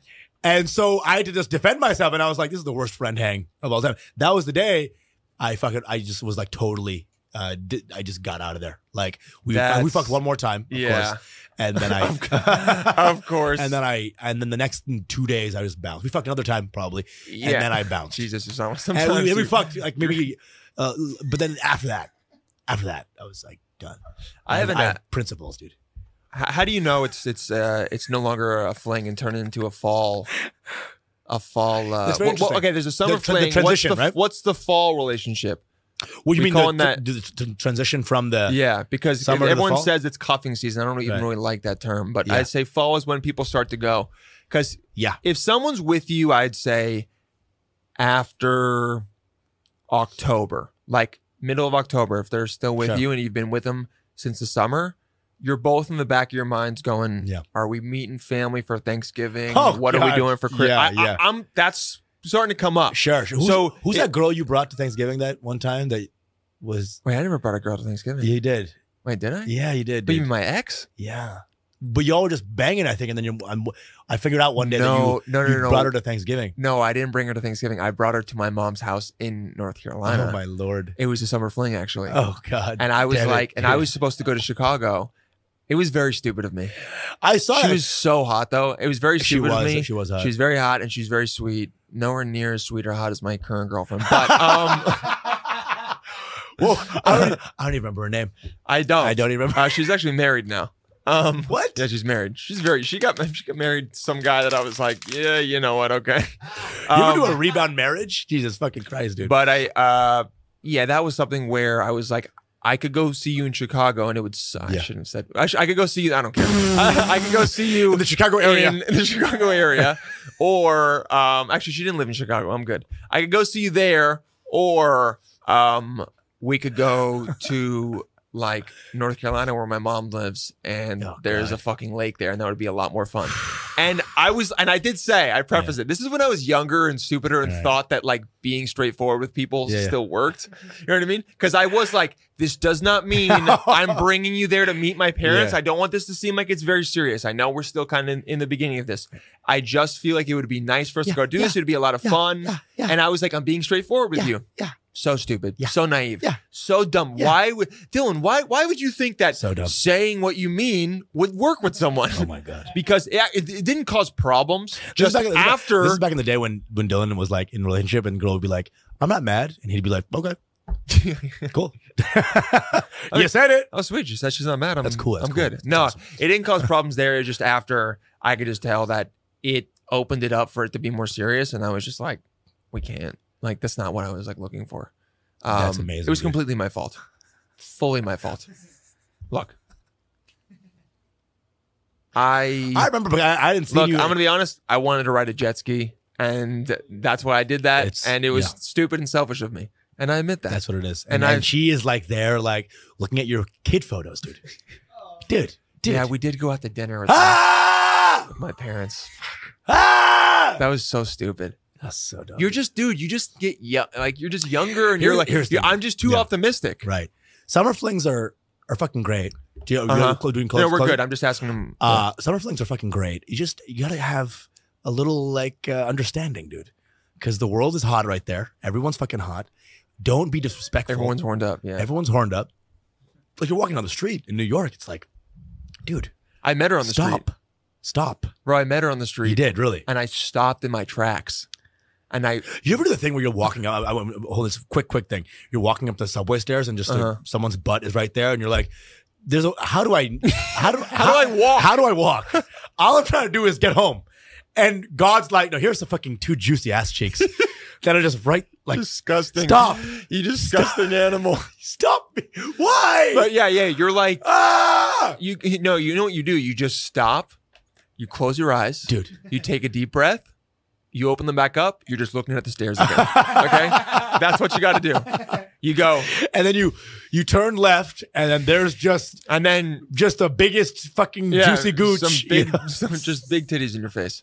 C: and so I had to just defend myself, and I was like, "This is the worst friend hang of all time." That was the day I fucking I just was like totally uh, di- I just got out of there. Like we
D: That's-
C: we fucked one more time, of
D: Yeah.
C: course, and then
D: (laughs) Of cou-
C: I
D: (laughs) of course.
C: (laughs) and then I and then the next two days I just bounced. We fucked another time probably,
D: yeah.
C: and then I bounced.
D: Jesus, Usama. Sometimes
C: and we, and we
D: you-
C: fucked like maybe, uh, but then after that, after that I was like done.
D: I haven't.
C: I
D: had-
C: have principles, dude.
D: H- How do you know it's it's uh it's no longer a fling and turning into a fall? A fall. Uh,
C: That's very
D: well, well,
C: interesting.
D: okay, there's a summer
C: The tr- the
D: fling.
C: transition,
D: what's the,
C: right?
D: What's the fall relationship?
C: What do you
D: We
C: mean the,
D: calling that-
C: the, the transition from the
D: yeah, because
C: summer to the
D: everyone
C: fall?
D: says it's cuffing season. I don't even
C: Right.
D: really like that term, but
C: Yeah.
D: I'd say fall is when people start to go. Because
C: Yeah.
D: if someone's with you, I'd say after October, like middle of October, if they're still with
C: Sure.
D: you and you've been with them since the summer, you're both in the back of your minds going,
C: Yeah.
D: "Are we meeting family for Thanksgiving?
C: Oh,
D: what are we
C: God.
D: doing for Christmas?"
C: Yeah,
D: I,
C: yeah.
D: I, am that's starting to come up.
C: Sure. sure. Who's,
D: So,
C: who's
D: it-
C: that girl you brought to Thanksgiving that one time that was?
D: Wait, I never brought a girl to Thanksgiving.
C: You did.
D: Wait, did I?
C: Yeah, you did.
D: But you mean
C: dude.
D: my ex?
C: yeah. But y'all were just banging, I think, and then you. I'm, I figured out one day
D: no,
C: that
D: no,
C: you,
D: no,
C: you
D: no, no.
C: brought her to Thanksgiving.
D: No, I didn't bring her to Thanksgiving. I brought her to my mom's house in North Carolina.
C: Oh my lord.
D: It was a summer fling, actually.
C: Oh god.
D: and I was
C: damn it,
D: like, and I
C: dude. (laughs)
D: was supposed to go to Chicago. It was very stupid of me.
C: I saw
D: She
C: it.
D: was so hot, though. It was very
C: she
D: stupid of
C: was.
D: me.
C: She was hot.
D: She's very hot and she's very sweet. Nowhere near as sweet or hot as my current
C: (laughs)
D: girlfriend. But um, Uh,
C: Whoa, I don't, I don't even remember her name.
D: I don't.
C: I don't even remember. (laughs)
D: Uh, she's actually married now. Um,
C: What?
D: Yeah, she's married. She's very. She got (laughs) she got married to some guy that I was like, yeah, you know what? Okay.
C: you
D: Um,
C: ever do a rebound marriage? Jesus fucking Christ, dude.
D: But I, uh, yeah, that was something where I was like, I could go see you in Chicago, and it would. Su- I
C: Yeah.
D: shouldn't have said. I, sh- I could go see you. I don't
C: (laughs)
D: care. I, I could go see you
C: in the Chicago area.
D: in the Chicago area, or um, actually, she didn't live in Chicago. I'm good. I could go see you there, or um, we could go to like North Carolina where my mom lives, and
C: Oh,
D: there's
C: God.
D: a fucking lake there, and that would be a lot more fun. And I was, and I did say, I preface it. This is when I was younger and stupider and
C: Right.
D: thought that like being straightforward with people
C: Yeah, yeah.
D: still worked. You know what I mean? Because I was like, this does
C: (laughs)
D: not mean I'm bringing you there to meet my parents.
C: Yeah.
D: I don't want this to seem like it's very serious. I know we're still kind of in, in the beginning of this. I just feel like it would be nice for us to
C: Yeah,
D: go do this.
C: yeah,
D: It'd be a lot of
C: yeah,
D: fun.
C: yeah, yeah.
D: And I was like, I'm being straightforward with
C: Yeah,
D: you.
C: yeah.
D: So stupid.
C: Yeah.
D: So naive.
C: Yeah.
D: So dumb.
C: Yeah.
D: Why would Dylan? Why why would you think that
C: So dumb.
D: saying what you mean would work with someone?
C: oh my god.
D: (laughs) because it, it, it didn't cause problems.
C: This is
D: Just
C: back in- this is back-
D: after
C: this is back in the day when when Dylan was like in a relationship and the girl would be like, "I'm not mad," and he'd be like,
D: (laughs)
C: "Okay, cool." you said it.
D: Oh, sweet. She said she's not mad. I'm,
C: That's cool. That's
D: I'm
C: cool.
D: good.
C: That's
D: no,
C: awesome.
D: it didn't cause problems there. It was just after I could just tell that it opened it up for it to be more serious. And I was just like, we can't. Like, that's not what I was like looking for. Um,
C: That's amazing,
D: It was
C: dude.
D: completely my fault. Fully my fault. Look. I,
C: I remember, but I, I didn't see
D: look,
C: you.
D: I'm going to be honest. I wanted to ride a jet ski. And that's why I did that.
C: It's-
D: and it was
C: yeah.
D: stupid and selfish of me. And I admit that.
C: That's what it is.
D: And
C: And,
D: I-
C: and she is like there, like looking at your kid
D: (laughs)
C: photos, dude. Dude, dude.
D: yeah, we did go out to dinner with
C: Ah!
D: my parents.
C: Ah!
D: That was so stupid.
C: That's so dumb.
D: You're just, dude. You just get young, like you're just younger, and
C: Here-
D: you're like,
C: here's the
D: yeah,
C: thing.
D: I'm just too
C: Yeah.
D: optimistic.
C: right. Summer flings are are fucking great. Do you,
D: Uh-huh.
C: are doing close?
D: No, we're
C: close-
D: good. I'm just asking him.
C: Uh, summer flings are fucking great. You just you gotta have a little like uh, understanding, dude, because the world is hot right there. Everyone's fucking hot. Don't be disrespectful.
D: everyone's horned up. Yeah,
C: Everyone's horned up. Like you're walking down the street in New York, it's like, dude,
D: I met her on the
C: stop,
D: street,
C: stop.
D: bro. I met her on the street,
C: You did really.
D: and I stopped in my tracks, and
C: (laughs)
D: I
C: You ever do the thing where you're walking up? I, I, hold this quick, quick thing. You're walking up the subway stairs and just like,
D: Uh-huh.
C: someone's butt is right there, and you're like, "There's a how do I how
D: (laughs)
C: do how,
D: do I walk?
C: How do I walk?
D: (laughs)
C: All I'm trying to do is get home." And God's like, "No, here's the fucking two juicy ass
D: (laughs)
C: cheeks that are just right like
D: disgusting.
C: stop,
D: you disgusting animal.
C: (laughs) stop me, why?"
D: But yeah, yeah, you're like,
C: ah,
D: you you know, you know what you do. You just stop. You close your eyes,
C: dude.
D: You take a deep breath. You open them back up. You're just looking at the
C: (laughs)
D: stairs again. okay, that's what you got to do. You go,
C: And then you you turn left, and then there's just
D: and then
C: just the biggest fucking
D: Yeah,
C: juicy gooch.
D: Some big,
C: (laughs) You know?
D: some just big titties in your face.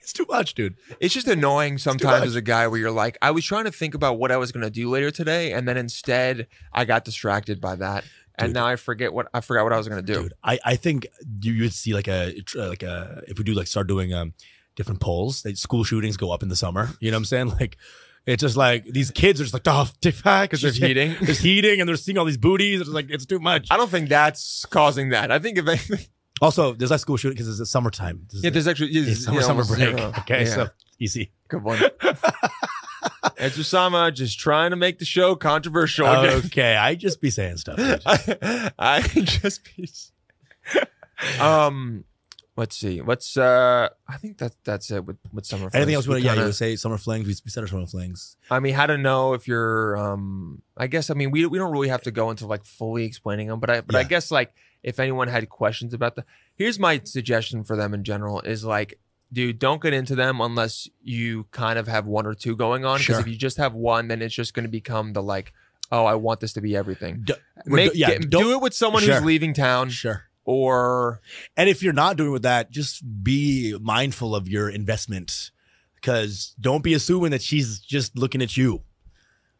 C: It's too much, dude.
D: It's just annoying sometimes
C: much.
D: as a guy where you're like, I was trying to think about what I was going to do later today, and then instead I got distracted by that, and
C: Dude.
D: now I forget what I forgot what I was going to do.
C: dude i i think you you would see like a uh, like a if we do like start doing um different polls like school shootings go up in the summer you know what i'm saying (laughs) like It's just like these kids are just like, oh, (laughs) because
D: there's heating.
C: There's heating, and (laughs) they're seeing all these booties. It's like it's too much.
D: I don't think that's causing that. I (laughs) think if anything,
C: Also, there's like school shooting because it's the summertime. This is
D: yeah,
C: the-
D: there's actually
C: it's
D: yeah,
C: summer, summer
D: almost
C: break.
D: zero.
C: Okay,
D: Yeah.
C: so easy.
D: good one.
C: (laughs)
D: It's Usama just trying to make the show controversial. again.
C: Okay, I just be saying stuff.
D: (laughs) I, I just be. (laughs) Um, let's see. What's uh? I think that that's it with with summer.
C: Anything
D: Flings.
C: else? You want to, yeah, you
D: kinda-
C: would say summer flings. We, we said our summer flings.
D: I mean, how to know if you're um I guess I mean we we don't really have to go into like fully explaining them, but I but I
C: Yeah.
D: guess like if anyone had questions about the here's my suggestion for them in general is like dude, don't get into them unless you kind of have one or two going on because
C: Sure.
D: if you just have one then it's just going to become the like oh, I want this to be everything.
C: D-
D: Make,
C: yeah,
D: get-
C: don't-
D: do it with someone
C: Sure.
D: who's leaving town
C: Sure.
D: or
C: And if you're not doing with that, just be mindful of your investment because don't be assuming that she's just looking at you.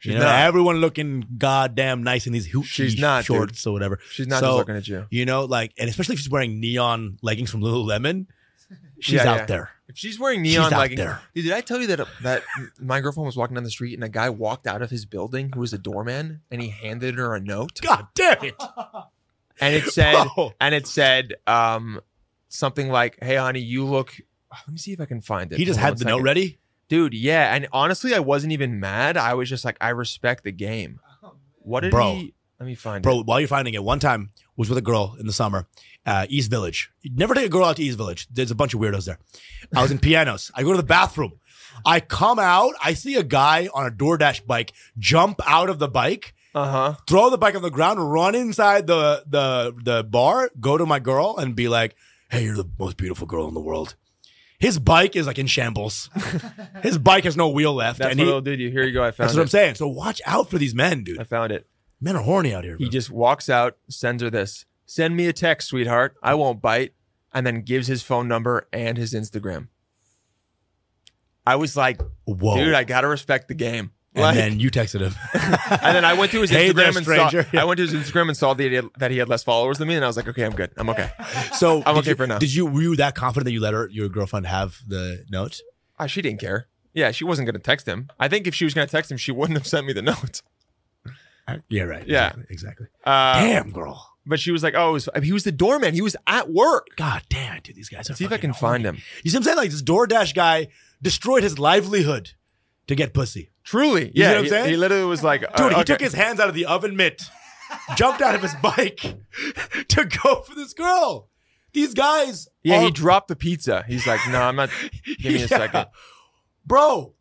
D: She's
C: you know,
D: not.
C: everyone looking goddamn nice in these hoochie
D: She's not, dude.
C: shorts or whatever.
D: she's not just
C: So-
D: looking at you.
C: You know, like, and especially if she's wearing neon leggings from Lululemon, she's
D: Yeah,
C: out
D: yeah.
C: there.
D: If she's wearing
C: She's
D: neon
C: out
D: leggings,
C: there.
D: Dude, did I tell you that that my girlfriend was walking down the street and a guy walked out of his building who was a doorman and he handed her a note
C: God damn it.
D: and it said
C: Bro.
D: and it said um something like, "Hey, honey, you look." Let me see if I can find it.
C: (laughs) He just
D: Hold on one
C: had the note
D: second.
C: ready.
D: dude. Yeah, and honestly, I wasn't even mad. I was just like, I respect the game. What did
C: Bro.
D: he? Let me find it.
C: bro. While you're finding it, one time was with a girl in the summer, uh, East Village. You'd never take a girl out to East Village. There's a bunch of weirdos there.
D: (laughs)
C: I was in pianos. I go to the bathroom. I come out. I see a guy on a DoorDash bike jump out of the bike,
D: Uh huh.
C: throw the bike on the ground, run inside the the the bar, go to my girl, and be like, "Hey, you're the most beautiful girl in the world." His bike is like in
D: (laughs)
C: shambles. His bike has no wheel left,
D: That's
C: and
D: what
C: he,
D: it'll do to you. Here you go. I found
C: that's what I'm
D: it.
C: saying. So watch out for these men,
D: I
C: dude.
D: found it.
C: Men are horny out here.
D: He
C: bro.
D: just walks out, sends her this. Send me a text, sweetheart. I won't bite. And then gives his phone number and his Instagram. I was like,
C: Whoa,
D: dude, I gotta respect the game.
C: And
D: Like-
C: then you texted him.
D: (laughs) and then I went to his
C: Hey there,
D: Instagram and saw,
C: stranger.
D: I went to his Instagram and saw that he, had, that he had less followers than me, and I was like, okay, I'm good, I'm
C: (laughs)
D: okay.
C: (laughs) so
D: I'm
C: did
D: okay
C: you,
D: for now.
C: Did you were you that confident that you let her your girlfriend have the note?
D: Ah, she didn't care. Yeah, she wasn't gonna text him. I think if she was gonna text him, she wouldn't have sent me the note.
C: Yeah, right.
D: Yeah.
C: exactly. exactly.
D: Uh,
C: damn, girl.
D: but she was like, oh, it was- he was the doorman. He was at work.
C: God damn, dude. These guys are.
D: see if I can find him.
C: You see what I'm saying? Like this DoorDash guy destroyed his livelihood to get pussy.
D: Truly,
C: You see
D: yeah.
C: what I'm
D: he-
C: saying?
D: He, literally was like,
C: Dude,
D: uh,
C: he
D: okay.
C: took his hands out of the oven mitt, (laughs) jumped out of his bike (laughs) to go for this girl. These guys.
D: Yeah,
C: are,
D: he dropped the pizza. He's like, no,
C: (laughs)
D: I'm not. Give me
C: Yeah.
D: a second.
C: bro.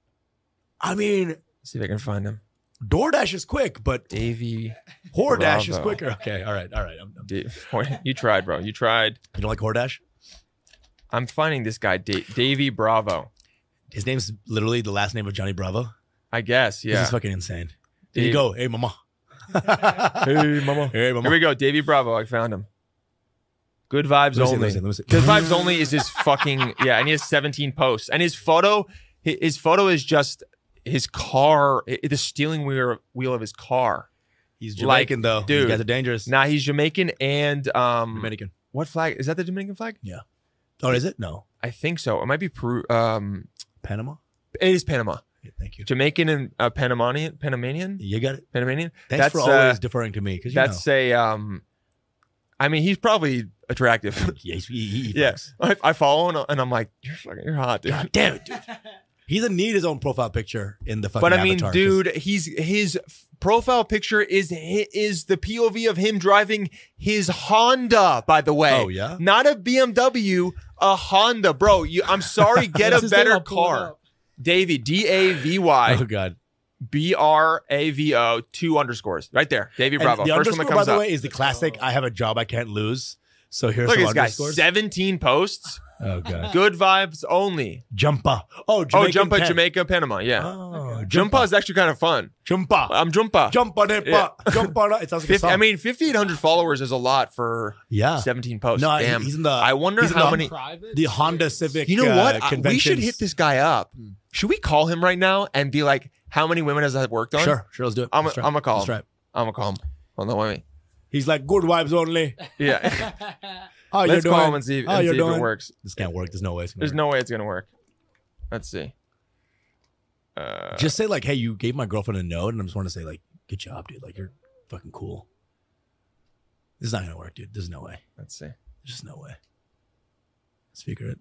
C: I mean,
D: See if I can find him.
C: DoorDash is quick, but
D: Davy.
C: Hordash is
D: Bravo.
C: quicker. Okay, all right, all right. I'm- I'm-
D: Da- you tried, bro. You tried.
C: you don't like Hordash?
D: I'm finding this guy, da- Davy Bravo.
C: His name's literally the last name of Johnny Bravo.
D: I guess.
C: This
D: Yeah.
C: is fucking insane. There
D: Dave-
C: you go. Hey, mama.
D: Hey,
C: (laughs)
D: mama.
C: Hey, mama.
D: (laughs) Here we go. Davy Bravo. I found him. Good vibes
C: Let me see,
D: only.
C: let me see, let me see.
D: Good vibes only is his fucking yeah, and he has 17 posts. And his photo, hi- his photo is just his car, i- the steering wheel wheel of his car.
C: (laughs) He's
D: Like,
C: Jamaican, though.
D: dude.
C: You guys are dangerous.
D: Now he's Jamaican and um,
C: Dominican.
D: what flag is that? The Dominican flag?
C: Oh, is it? No.
D: I think so. It might be Peru. Um,
C: Panama?
D: it is Panama,
C: Yeah, thank you.
D: Jamaican and uh, Panamanian, Panamanian,
C: You got it.
D: Panamanian.
C: Thanks
D: That's,
C: for
D: uh,
C: always deferring to me. Because you
D: That's a. Um, I mean, he's probably attractive.
C: know. Yeah, he's- he, (laughs) he, he
D: yes, I, I follow him and I'm like, you're fucking, you're hot, dude.
C: God damn it, dude. He doesn't need his own profile picture in the fucking
D: But I mean,
C: avatar 'cause
D: dude, he's his f- profile picture is hi- is the POV of him driving his Honda. By the way,
C: Oh, yeah?
D: Uh, not a BMW, a Honda, bro. You, I'm
C: (laughs)
D: sorry, get a better car. Davy D A V
C: Oh,
D: Y
C: God.
D: B R A V O two underscores right there. Davy
C: And
D: Bravo,
C: the
D: first one
C: underscore,
D: that
C: by
D: comes
C: the
D: up.
C: way, is the classic I have a job I can't lose. So here's
D: Look
C: some
D: at this guy,
C: underscores.
D: 17 posts,
C: Oh, God.
D: good vibes only.
C: Jumpa. Oh,
D: Oh,
C: Jamaican
D: Jumpa,
C: pen.
D: Jamaica, Panama. Yeah,
C: Oh,
D: Jumpa
C: Jumpa.
D: is actually kind of fun.
C: Jumpa.
D: I'm Jumpa.
C: Jump on it,
D: Yeah.
C: but jump on it. It sounds like a
D: Fif-
C: song.
D: I mean, 5,800 followers is a lot for
C: yeah.
D: 17 posts.
C: No, he-
D: Oh, Damn.
C: he's in the-
D: I wonder
C: he's in
D: how
C: the-
D: many.
C: the Honda Civic.
D: You know
C: uh,
D: what? I- we
C: conventions. Hmm.
D: should hit this guy up. Should we call him right now and be like, how many women has that worked on?
C: Sure, sure. Let's do it.
D: I'm
C: Let's
D: a-
C: try it.
D: I'm a call.
C: Let's try it.
D: I'm going to call him. Hold on, wait
C: He's like good vibes only.
D: a minute. (laughs) Yeah.
C: How
D: Let's
C: you doing?
D: call him and see, if-
C: How
D: and
C: you
D: see if
C: doing?
D: it works.
C: This can't work. There's no way. It's gonna
D: There's
C: work.
D: no way it's going to work. Let's see. Uh,
C: Just say like, hey, you gave my girlfriend a note, and I just want to say like, good job, dude. Like you're fucking cool. This is not gonna work, dude. There's no way.
D: Let's see.
C: There's just no way. Speaker it.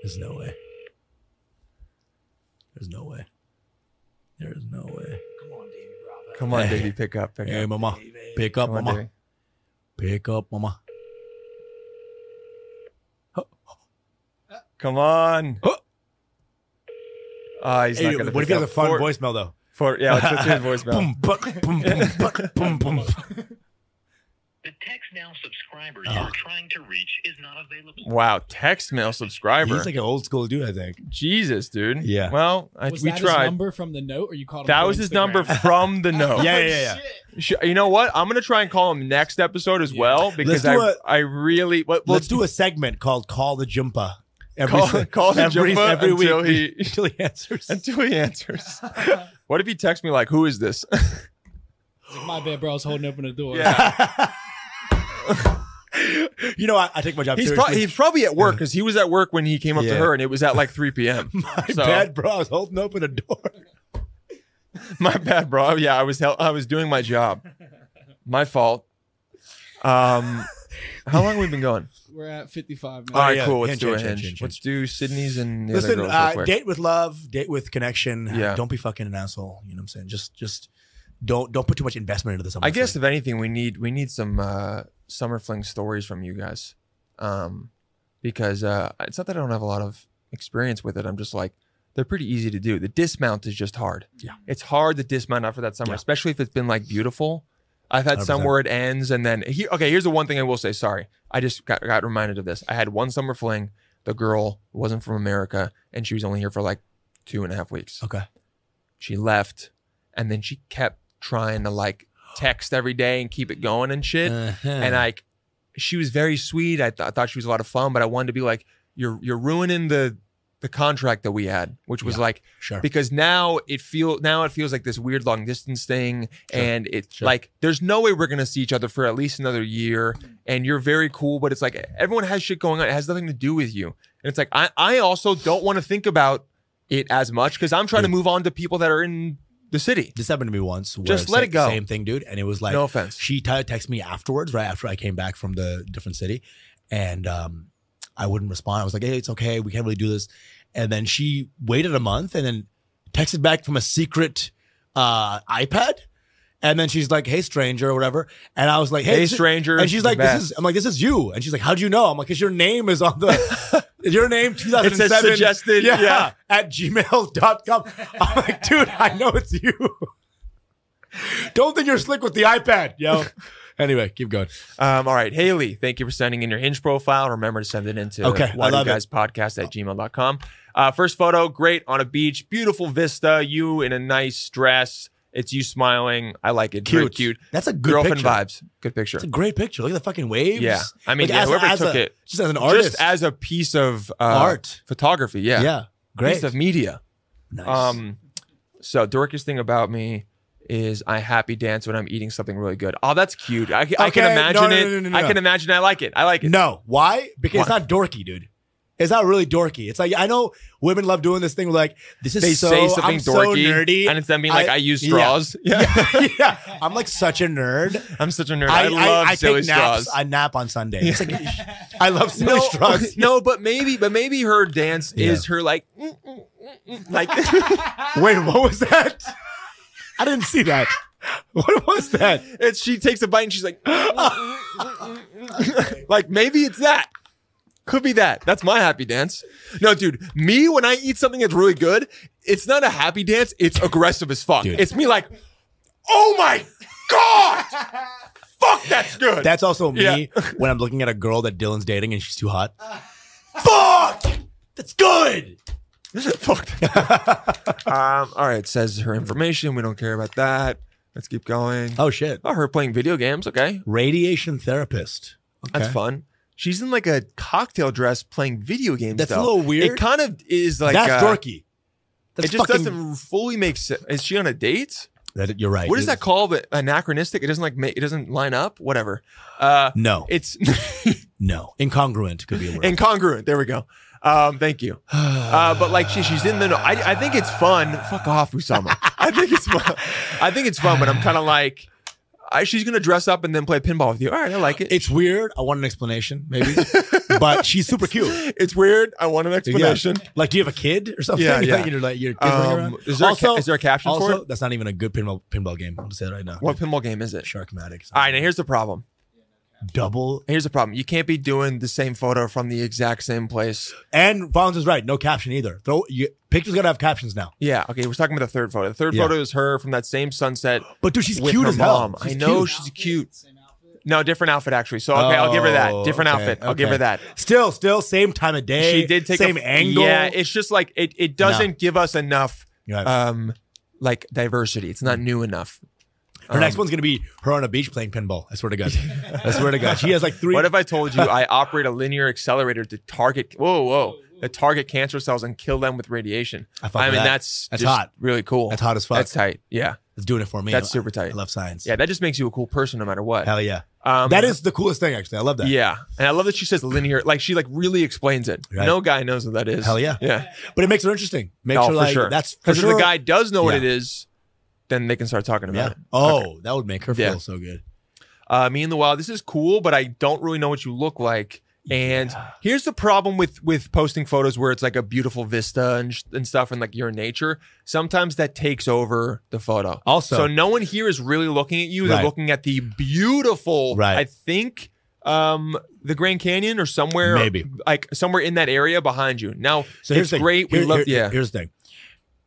C: There's no way. There's no way. There is no way.
D: Come on, baby, pick up. Pick
C: Hey,
D: up.
C: mama. Pick up,
D: Come on,
C: mama.
D: Davey.
C: Pick up, mama.
D: Come on.
C: (gasps) Oh.
D: Ah, he's not
C: Hey,
D: gonna
C: what if
D: pick
C: he has a
D: up.
C: fun
D: Four-
C: voicemail though?
D: four- yeah, let's, let's hear
C: (laughs)
D: his
C: boom,
D: voicemail.
C: buck, boom, boom, buck, boom, boom.
F: The text now subscriber
C: Oh.
F: you're trying to reach is not available.
D: Wow, text mail subscriber.
C: He's like an old school dude, I think.
D: Jesus, dude.
C: Yeah.
D: Well, I,
G: Was
D: we
G: that
D: tried.
G: his number from the note, or you called him?
D: that
G: through
D: was his
G: Instagram?
D: number from
C: (laughs)
D: the note.
C: Yeah, yeah, yeah.
D: Sh- You know what? I'm gonna try and call him next episode as
G: Yeah.
D: well because
C: do
D: I
C: a-
D: I really what well,
C: Let's
D: (laughs)
C: do a segment called "Call the Jumpa."
D: Call- call the
C: every,
D: Jumpa
C: every week
D: until he-
C: (laughs) until he answers. (laughs)
D: until he answers. what if he texts me like, "Who is this?"
G: My bad, bro. I was holding open the door.
D: Yeah.
C: you know, I, I take my
D: (laughs)
C: job
D: he's, pro-
C: seriously.
D: he's probably at work because he was at work when he came up
C: Yeah.
D: to her, and it was at like 3 p.m.
C: (laughs) my
D: so-
C: bad, bro. I was holding open a door.
D: (laughs) My bad, bro. Yeah, I was hel- I was doing my job. My fault.
C: (laughs)
D: Um, how long have we been going?
G: We're at 55
D: All
G: now.
D: right,
C: Oh, yeah.
D: cool. Let's
C: Hinge,
D: do a
C: hinge,
D: hinge.
C: hinge, hinge,
D: Let's do Sydney's and the
C: Listen,
D: other girls real
C: uh,
D: quick.
C: date with love, date with connection. Uh,
D: Yeah.
C: Don't be fucking an asshole. You know what I'm saying? Just, just don't, don't put too much investment into this.
D: I guess if anything, we need we need some uh, summer fling stories from you guys, um, because uh, it's not that I don't have a lot of experience with it. I'm just like they're pretty easy to do. The dismount is just hard.
C: Yeah.
D: it's hard to dismount after that summer,
C: Yeah.
D: especially if it's been like beautiful. I've had some
C: 100%.
D: where it ends and then he, okay. Here's the one thing I will say. Sorry, I just got, got reminded of this. I had one summer fling. The girl wasn't from America and she was only here for like two and a half weeks
C: Okay.
D: she left and then she kept trying to like text every day and keep it going and shit
C: Uh-huh.
D: and like she was very sweet I, th- I thought she was a lot of fun but i wanted to be like you're you're ruining the the contract that we had which was
C: Yeah.
D: like
C: sure.
D: because now it feel now it feels like this weird long distance thing
C: Sure.
D: and it's
C: Sure.
D: like there's no way we're gonna see each other for at least another year and you're very cool but it's like everyone has shit going on it has nothing to do with you and it's like i i also don't want to think about it as much because i'm trying to
C: Dude.
D: move on to people that are in the city
C: this happened to me once. where
D: Just let
C: sa-
D: it go.
C: Same thing, dude. And it was like,
D: no offense
C: she t- texted me afterwards, right after I came back from the different city, and um, I wouldn't respond. I was like, "Hey, it's okay. We can't really do this." And then she waited a month and then texted back from a secret uh, iPad, and then she's like, "Hey, stranger," or whatever. And I was like, "Hey,
D: hey
C: this is-"
D: stranger
C: And she's
D: the
C: like, "This
D: best.
C: is." I'm like, "This is you." And she's like, "How do you know?" I'm like, "Cause your name is on (laughs) the." Your name, 2007.
D: suggested,
C: Yeah,
D: yeah.
C: (laughs) At gmail.com. I'm like, dude, I know it's you. Don't think you're slick with the iPad, (laughs) yo. anyway, keep going.
D: um all right haley thank you for sending in your hinge profile remember to send it into
C: Okay, I
D: why
C: love
D: do
C: it.
D: guys podcast at gmail.com uh first photo great on a beach beautiful vista you in a nice dress it's you smiling i like it very cute
C: That's a good
D: girlfriend
C: picture.
D: vibes. Good picture.
C: It's a great picture. Look at the fucking waves.
D: Yeah, I mean,
C: Like,
D: yeah,
C: as-
D: whoever
C: as
D: took
C: a-
D: it,
C: Just as an artist.
D: just as a piece of uh,
C: Art.
D: photography. Yeah,
C: yeah. Great.
D: piece of media.
C: nice.
D: Um, so dorkiest thing about me is I happy dance when I'm eating something really good. Oh, that's cute. I, I
C: Okay,
D: can
C: no,
D: imagine
C: no,
D: it.
C: no, no, no,
D: I
C: no.
D: can imagine. I like it. I like it.
C: No. Why? Because
D: Why?
C: it's not dorky, dude. It's not really dorky. It's like I know women love doing this thing where like this is
D: They
C: so
D: say something
C: I'm so
D: dorky,
C: nerdy.
D: and it's them being like, "I,
C: I-
D: use
C: yeah.
D: straws." Yeah,
C: (laughs) yeah, (laughs) I'm like such a nerd.
D: I'm such a nerd. I, love silly
C: take naps.
D: straws.
C: (laughs) I nap on Sunday. It's like, (laughs) I love silly
D: (laughs)
C: straws.
D: no, but maybe, but maybe her dance
C: Yeah.
D: is her like, (laughs) mm, mm, mm, mm, like (laughs)
C: Wait, what was that? I didn't see that. (laughs) What was that?
D: And she takes a bite and she's like, (laughs) like maybe it's that. Could be that. That's my happy dance. No, dude, me when I eat something that's really good, it's not a happy dance. It's aggressive as fuck.
C: Dude.
D: It's me like, oh my god, fuck, that's good.
C: (laughs) That's also me
D: Yeah.
C: when I'm looking at a girl that Dylan's dating and she's too hot. Fuck! That's good. (laughs)
D: fuck. um, all right, it says her information. We don't care about that. Let's keep going.
C: Oh shit.
D: Oh, her playing video games. Okay,
C: Radiation therapist. Okay.
D: That's fun. She's in like a cocktail dress playing video games.
C: That's a
D: though.
C: little weird.
D: It kind of is like
C: That's
D: uh,
C: dorky. That's
D: it just
C: fucking-
D: doesn't fully make sense. Is she on a date?
C: That, you're right.
D: What is
C: It-
D: that called? But anachronistic. It doesn't like make. It doesn't line up. Whatever. Uh,
C: No,
D: it's
C: no. Incongruent could be a word.
D: (laughs) incongruent. There we go. Um, thank (sighs) you. Uh, but like she, she's in the. know. I, I think it's fun. Fuck off, (laughs) Usama. I think it's fun. I think it's fun, but I'm kind of like, I, she's gonna dress up and then play pinball with you. All right, I like it.
C: It's weird. I want an explanation, maybe. but she's super cute.
D: It's weird. I want an (laughs) explanation.
C: Yeah. Like, do you have a kid or something?
D: Yeah,
C: You
D: yeah.
C: think You're (laughs) like, your kid's running
D: Um,
C: around?
D: is there a ca- is there a caption
C: also,
D: for it?
C: That's not even a good pinball pinball game. I'll just say that right now.
D: What pinball game is it?
C: Sharkmatic.
D: All right, now here's the problem.
C: Double.
D: Here's the problem. You can't be doing the same photo from the exact same place.
C: And Vons is right. No caption either. Throw you, pictures gotta have captions now.
D: Yeah. Okay. We're talking about the third photo. The third
C: Yeah.
D: photo is her from that same sunset.
C: But dude, she's
D: With
C: cute
D: her
C: as hell.
D: mom.
C: She's
D: I know
C: cute.
D: she's
G: Outfit,
D: cute.
G: Same outfit.
D: No, different outfit actually. So okay, I'll give her that.
C: Oh,
D: Different
C: okay,
D: outfit. I'll give
C: okay.
D: her that.
C: Still, still, same time of day.
D: she did take a-
C: same angle.
D: Yeah, it's just like it. It doesn't give us enough,
C: You're right.
D: um, like diversity. It's not new enough. Um,
C: her next one's gonna be her on a beach playing pinball. I swear to God. I swear to God. She has like three.
D: What if I told you I operate a linear accelerator to target? Whoa, whoa! To target cancer cells and kill them with radiation.
C: I fuck
D: I mean,
C: with that.
D: that's
C: That's
D: just
C: hot.
D: Really cool.
C: That's hot as fuck.
D: That's tight. Yeah,
C: It's doing it for me.
D: That's
C: I-
D: super tight.
C: I love science.
D: yeah. That just makes you a cool person, no matter what.
C: Hell yeah.
D: Um,
C: that is the coolest thing, actually. I love that.
D: Yeah, and I love that she says linear. Like she like really explains it.
C: Right.
D: No guy knows what that is.
C: Hell yeah.
D: Yeah.
C: But it makes it interesting. Makes
D: No,
C: her
D: Oh, for
C: like
D: sure.
C: that's for
D: Because
C: sure.
D: if the guy does know what
C: Yeah.
D: it is, then they can start talking about
C: Yeah.
D: it.
C: Oh, that would make her feel
D: Yeah.
C: so good.
D: Uh, me and the wild. This is cool, but I don't really know what you look like. And here's the problem with with posting photos where it's like a beautiful vista and, sh- and stuff, and like your nature. Sometimes that takes over the photo.
C: Also-
D: so no one here is really looking at you. They're
C: Right.
D: looking at the beautiful.
C: Right.
D: I think um the Grand Canyon or somewhere
C: Maybe.
D: like somewhere in that area behind you. Now
C: So here's
D: it's
C: the thing.
D: great. we
C: Here-
D: love
C: here-
D: yeah.
C: Here's the thing.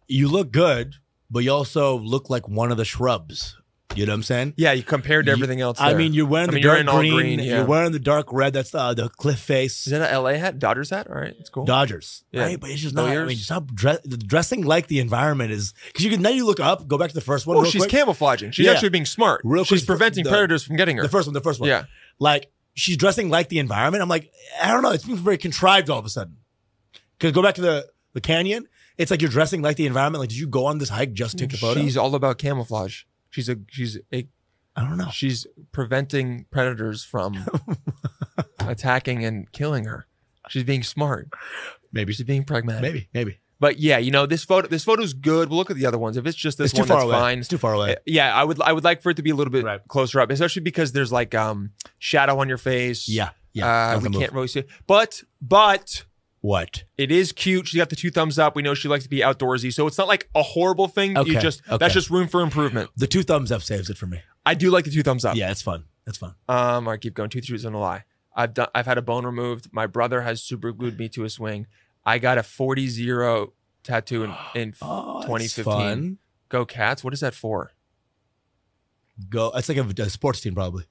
C: You look good, but you also look like one of the shrubs. You know what I'm saying?
D: yeah, you compared to
C: You-
D: everything else.
C: I
D: there.
C: mean, you're wearing
D: I mean,
C: the
D: you're
C: dark
D: in all
C: green.
D: green, yeah.
C: You're wearing the dark red. That's uh, the, the cliff face.
D: is that an LA hat, Dodgers hat? All right, it's cool.
C: Dodgers,
D: Yeah.
C: right? But it's just
D: No
C: not. I
D: ears.
C: mean, stop dress, dressing like the environment is because you can now you look up, go back to the first one.
D: Oh,
C: real
D: she's
C: quick.
D: camouflaging. She's
C: Yeah.
D: actually being smart.
C: Real
D: she's
C: quick,
D: preventing
C: the-
D: predators from getting her.
C: The first one, the first one.
D: Yeah.
C: Like she's dressing like the environment. I'm like, I don't know. It seems very contrived all of a sudden. Because go back to the the canyon. It's like you're dressing like the environment. Like, did you go on this hike just to take the photo?
D: She's all about camouflage. She's a she's a
C: I don't know.
D: she's preventing predators
C: (laughs)
D: from attacking and killing her. She's being smart.
C: Maybe.
D: She's being pragmatic.
C: Maybe. Maybe.
D: But yeah, you know, this photo this photo's good. We'll look at the other ones. If it's just this
C: it's too
D: one,
C: far
D: that's
C: away.
D: fine.
C: It's too far away.
D: Uh, Yeah, I would I would like for it to be a little bit
C: Right.
D: closer up, especially because there's like um shadow on your face.
C: yeah. Yeah.
D: Uh,
C: That's
D: we
C: a move.
D: can't really see. But but
C: What?
D: It is cute. She's got the two thumbs up. We know she likes to be outdoorsy. So it's not like a horrible thing. You
C: Okay,
D: just
C: okay.
D: that's just room for improvement.
C: The two thumbs up saves it for me.
D: I do like the two thumbs up.
C: Yeah, it's fun. It's fun.
D: Um, I keep going. Two truths and a lie. I've done I've had a bone removed. My brother has super glued me to a swing. I got a 40 0 tattoo in,
C: (gasps)
D: in
C: Oh, it's
D: 2015.
C: fun.
D: Go Cats. What is that for?
C: Go. It's like a, a sports team probably.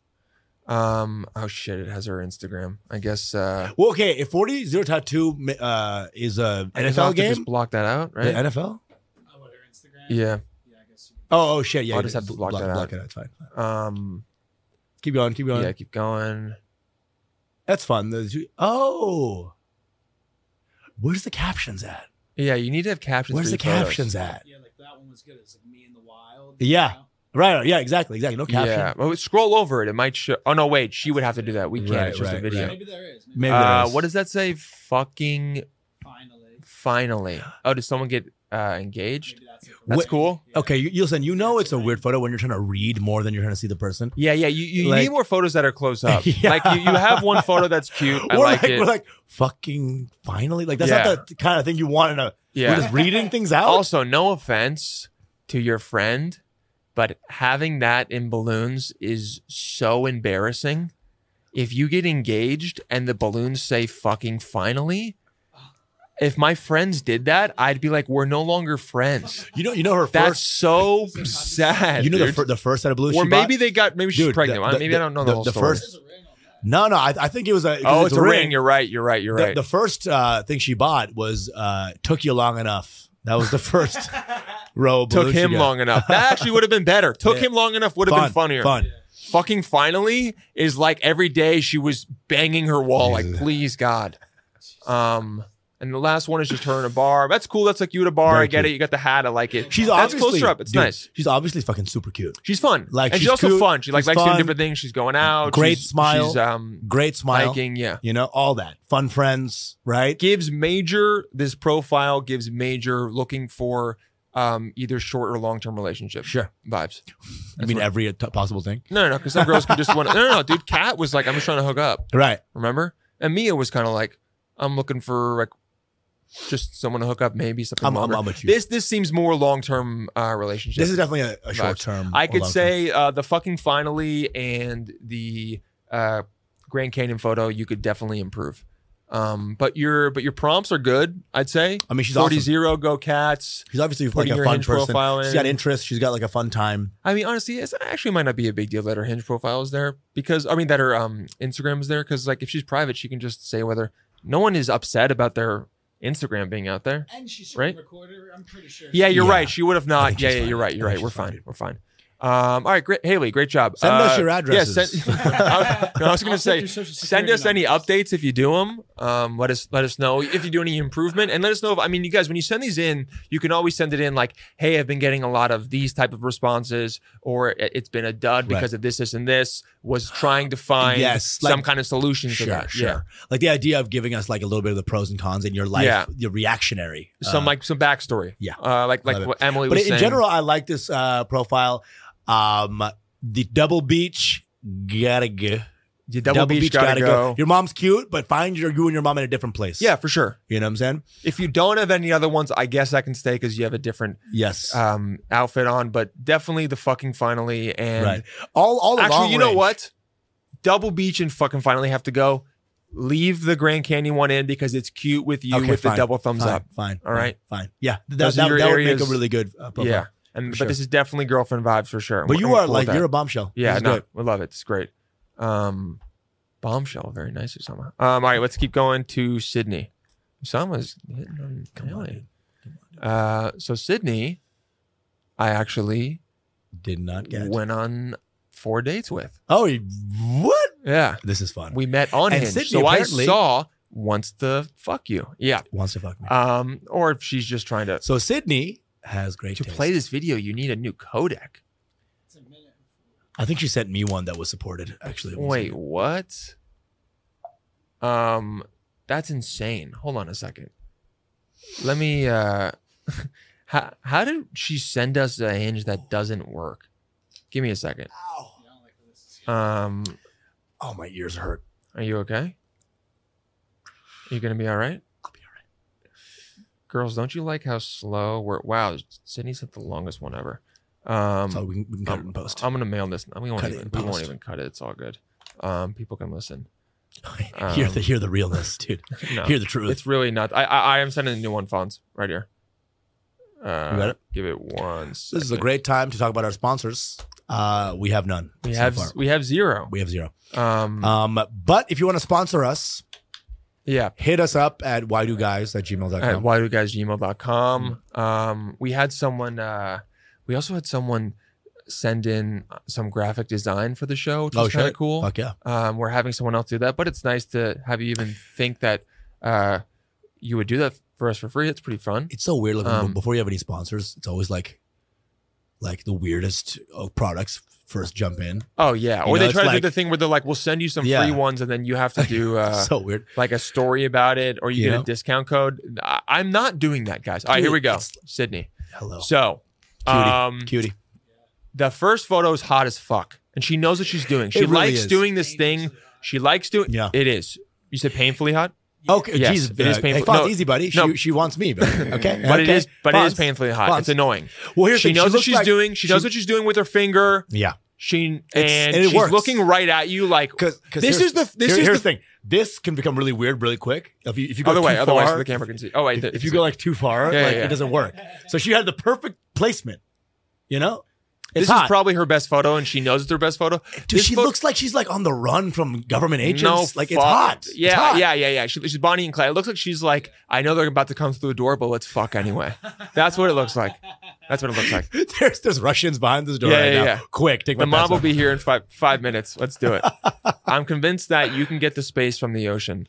D: Um, oh shit, it has her Instagram. I guess uh
C: Well, okay. If 40 zero tattoo uh, is a
D: I guess I'll
C: NFL
D: have to
C: game,
D: Just block that out, right?
C: The NFL.
G: Oh, what, her Instagram?
D: Yeah.
G: Yeah, I guess. You
C: Oh, oh shit. Yeah.
D: I'll
C: it
D: just have
C: is.
D: to block that out.
C: Block it out. It's fine.
D: Um
C: Keep going. Keep going.
D: yeah, keep going.
C: That's fun. The two- oh, where's the captions at?
D: Yeah, you need to have captions.
C: Where's
D: for
C: the
D: your photos.
C: captions at?
G: yeah, like that one was good. It's like me in the wild.
C: Yeah.
G: You know?
C: Right. Yeah. Exactly. Exactly. No caption.
D: Yeah. Well, scroll over it. It might show. Oh no, wait. She would have to do that. We can't.
C: Right,
D: it's just a
C: right,
D: video.
C: right.
G: Maybe there is. Maybe
C: Maybe
D: Uh,
C: there is.
D: what does that say? Fucking
G: finally.
D: finally. Oh, did someone get uh, engaged?
G: Maybe that's it.
D: That's
C: What-
D: cool.
G: Yeah.
C: Okay, you, you listen. You know it's a weird photo when you're trying to read more than you're trying to see the person.
D: Yeah, yeah. You, you
C: Like-
D: need more photos that are close (laughs) up.
C: Yeah.
D: Like you, you have one photo that's cute. I
C: we're
D: like, it.
C: we're like fucking finally. Like that's
D: Yeah.
C: not the kind of thing you want in a.
D: yeah.
C: We're just reading things out.
D: also, no offense to your friend, but having that in balloons is so embarrassing. If you get engaged and the balloons say fucking finally, if my friends did that, I'd be like, we're no longer friends.
C: you know, you know her
D: That's
C: first.
D: so sad.
C: (laughs) You know the,
D: dude.
C: fir- the first set of blues.
D: or
C: she
D: maybe
C: bought?
D: they got, maybe she's
C: Dude,
D: pregnant.
C: the- the-
D: maybe I don't know the,
C: the-
D: whole
C: the
D: story.
C: first- No, no. I, I think it was a.
D: oh, it's a ring. You're right. You're right. You're
C: the,
D: right.
C: the first uh, thing she bought was uh, "Took You Long Enough." That was the first
D: (laughs)
C: row. of
D: Took
C: balloons she
D: him
C: got.
D: long enough. That actually would have been better. Took
C: (laughs) Yeah.
D: him long enough would have
C: Fun,
D: been funnier.
C: Fun.
D: fucking finally is like every day she was banging her wall like please god um And the last one is just her in a bar. That's cool. That's like you at a bar.
C: Very
D: I get
C: cute.
D: it. You got the hat. I like it.
C: She's
D: That's
C: obviously
D: closer up. It's
C: dude,
D: nice.
C: She's obviously fucking super cute.
D: She's fun.
C: Like,
D: and she's,
C: she's
D: also
C: cute,
D: fun. She like
C: she's
D: likes doing
C: fun,
D: different things. She's going out.
C: great
D: she's,
C: smile,
D: She's um
C: Great smile.
D: hiking. Yeah.
C: You know, all that. Fun friends, right?
D: Gives major this profile gives major looking for um either short or long term relationship.
C: Sure.
D: Vibes.
C: I mean,
D: what-
C: every t- possible thing.
D: No, no, no. Because some girls can just want to. No, no, no. Dude, Kat was like, I'm just trying to hook up.
C: Right.
D: Remember? And Mia was kind of like, I'm looking for like just someone to hook up, maybe something.
C: I'm, I'm,
D: longer.
C: I'm with you.
D: this this seems more long term uh, relationship.
C: This is definitely a, a short term.
D: I
C: or
D: could
C: long
D: say uh, the fucking finally and the uh, Grand Canyon photo. You could definitely improve. Um, but your but your prompts are good. I'd say
C: term. I mean, she's
D: 40
C: awesome.
D: zero go cats.
C: She's obviously like
D: putting
C: a
D: your
C: fun
D: Hinge
C: person.
D: profile in.
C: She's got interest. She's got like a fun time.
D: I mean, honestly, it's actually might not be a big deal that her Hinge profile is there because I mean that her um Instagram is there because like if she's private, she can just say whether no one is upset about their Instagram being out there.
G: And she's should
D: Right?
G: right? recorder. I'm pretty sure. (laughs)
D: Yeah, you're
C: Yeah.
D: right. She would have
C: I
D: not.
C: think
D: Yeah,
C: she's
D: yeah,
C: fine.
D: you're right. You're
C: I
D: right.
C: think
D: We're
C: she's fine.
D: fine. We're fine. Um, all right, great, Haley, great job.
C: Send us
D: Uh,
C: your addresses.
D: Yeah,
C: (laughs)
D: send, (laughs) no, I was
G: I'll
D: gonna
G: take
D: say,
G: your social
D: send
G: security
D: us any
G: numbers.
D: updates if you do them. Um, let us let us know if you do any improvement, and let us know if I mean, you guys, when you send these in, you can always send it in like, hey, I've been getting a lot of these type of responses, or "It- it's been a dud
C: Right.
D: because of this, this, and this. Was trying to find
C: Yes,
D: some
C: like-
D: kind of solution to that.
C: Sure,
D: Yeah.
C: sure. Like the idea of giving us like a little bit of the pros and cons in your life,
D: Yeah.
C: your reactionary. uh,
D: Some like some backstory.
C: Yeah.
D: Uh, like like
C: Love it.
D: what Emily
C: but
D: was
C: in
D: saying.
C: general, I like this uh, profile. Um, the double beach gotta go.
D: you double, beach, gotta, go.
C: Your mom's cute, but find your you and your mom in a different place.
D: Yeah, for sure.
C: you know what I'm saying.
D: If you don't have any other ones, I guess I can stay because you have a different
C: Yes,
D: um, outfit on. But definitely the fucking finally and
C: right. All all the long
D: actually, you know
C: range.
D: what? Double Beach and fucking finally have to go. Leave the Grand Canyon one in because it's cute with you
C: Okay,
D: with the
C: fine,
D: double thumbs
C: Fine,
D: up.
C: Fine.
D: All right.
C: Fine. Yeah, th- that,
D: Those are
C: that,
D: your
C: that would make
D: areas-
C: a really good uh, profile.
D: Yeah, and
C: for
D: but
C: sure.
D: this is definitely girlfriend vibes for sure.
C: But you
D: We're
C: are
D: cool
C: like
D: with
C: you're a
D: that.
C: bombshell.
D: yeah,
C: This is
D: no,
C: good.
D: we love it. It's great. Um, bombshell, very nice, Usama. Um, all right, let's keep going to Sydney. Usama's hitting on
C: Come on, dude.
D: Kelly. Uh, so Sydney, I actually
C: Did not get.
D: went on four dates with.
C: Oh, you- what?
D: Yeah.
C: This is fun.
D: We met on
C: And
D: Hinge.
C: Sydney
D: so I
C: apparently-
D: saw wants to fuck you. Yeah.
C: Wants to fuck me.
D: Um, or if she's just trying to
C: so Sydney has great
D: to
C: taste.
D: play this video, you need a new codec.
G: It's a minute.
C: I think she sent me one that was supported. Actually, It was-
D: Wait, what? Um, that's insane. Hold on a second. Let me. uh (laughs) How how did she send us a hinge that doesn't work? Give me a second.
G: You don't like where this is going.
D: Um,
C: Oh, my ears hurt.
D: are you okay? Are you gonna be all right?
C: I'll be all right.
D: Girls, don't you like how slow we're? Wow, Sydney sent the longest one ever. Um,
C: So we can, we can cut
D: um,
C: it in post.
D: I'm gonna mail this. We won't
C: Cut it
D: even.
C: in
D: We won't
C: post.
D: even cut it. It's all good. Um, people can
C: (laughs)
D: listen.
C: (laughs) hear
D: um,
C: the hear the realness, dude.
D: (laughs) No.
C: Hear the truth.
D: It's really not. I, I I am sending a new one, Fonz, right here. Uh,
C: You got it?
D: Give it one. Second.
C: this is a great time to talk about our sponsors. Uh, we have none.
D: We
C: so
D: have
C: far.
D: we have zero.
C: we have zero.
D: Um,
C: Um, but if you want to sponsor us,
D: yeah.
C: hit us up at whydoguys at gmail.com.
D: At whydoguysgmail.com.
C: Mm-hmm.
D: Um, we had someone. Uh, we also had someone send in some graphic design for the show, which
C: Oh,
D: was kind of
C: shit.
D: cool.
C: Fuck yeah.
D: Um, we're having someone else do that, but it's nice to have you even think that uh, you would do that for us for free. It's pretty fun.
C: It's so weird. Like,
D: Um,
C: before you have any sponsors, it's always like like the weirdest uh, products first jump in.
D: Oh yeah,
C: You
D: or
C: know,
D: they
C: it's
D: try to do
C: like-
D: the thing where they're like, "We'll send you some
C: Yeah.
D: free ones, and then you have to
C: (laughs)
D: do uh,
C: so weird.
D: like a story about it, or you
C: You
D: get a
C: know?
D: discount code." I- I'm not doing that, guys. All right,
C: Dude,
D: here we go,
C: it's-
D: Sydney.
C: Hello.
D: So,
C: Cutie.
D: um,
C: Cutie.
D: the first photo is hot as fuck, and she knows what she's doing. She
C: really
D: likes
C: is.
D: doing this thing. She likes doing.
C: Yeah.
D: it is. You said painfully hot,
C: Okay,
D: Yes,
C: Jesus,
D: it is painful.
C: Hey, Fonz,
D: No,
C: easy, buddy. She,
D: no.
C: she wants me,
D: (laughs)
C: but okay.
D: but it
C: okay.
D: is, but it is
C: Fonz.
D: painfully hot.
C: Fonz.
D: It's annoying.
C: Well, here's
D: She
C: the thing.
D: knows what
C: looks
D: she's
C: like-
D: doing. She, knows what she's doing with her finger.
C: Yeah,
D: She and,
C: It's- and it
D: she's
C: works.
D: looking right at you like
C: because
D: This is the- this
C: is
D: is
C: here's
D: the-
C: thing. This can become really weird really quick if you if you go
D: other
C: too
D: way.
C: far,
D: Otherwise, the camera can see. Oh wait,
C: If,
D: th-
C: if you go like too far,
D: Yeah,
C: like
D: yeah.
C: it doesn't work. So she had the perfect placement. You know, it's
D: this is
C: hot.
D: probably her best photo, and she knows it's her best photo.
C: Dude,
D: this
C: she
D: photo-
C: looks like she's like on the run from government agents.
D: No,
C: like
D: fuck.
C: it's hot.
D: Yeah,
C: it's hot.
D: yeah, yeah, yeah. She, she's Bonnie and Clyde. It looks like she's like, I know they're about to come through the door, but let's fuck anyway. That's what it looks like. That's what it looks like.
C: (laughs) There's there's Russians behind this door
D: Yeah,
C: right
D: yeah,
C: now.
D: yeah.
C: Quick, take
D: The
C: my
D: mom
C: pants
D: will
C: off.
D: be here in five five minutes.
C: (laughs)
D: Let's do it. I'm convinced that you can get the space from the ocean.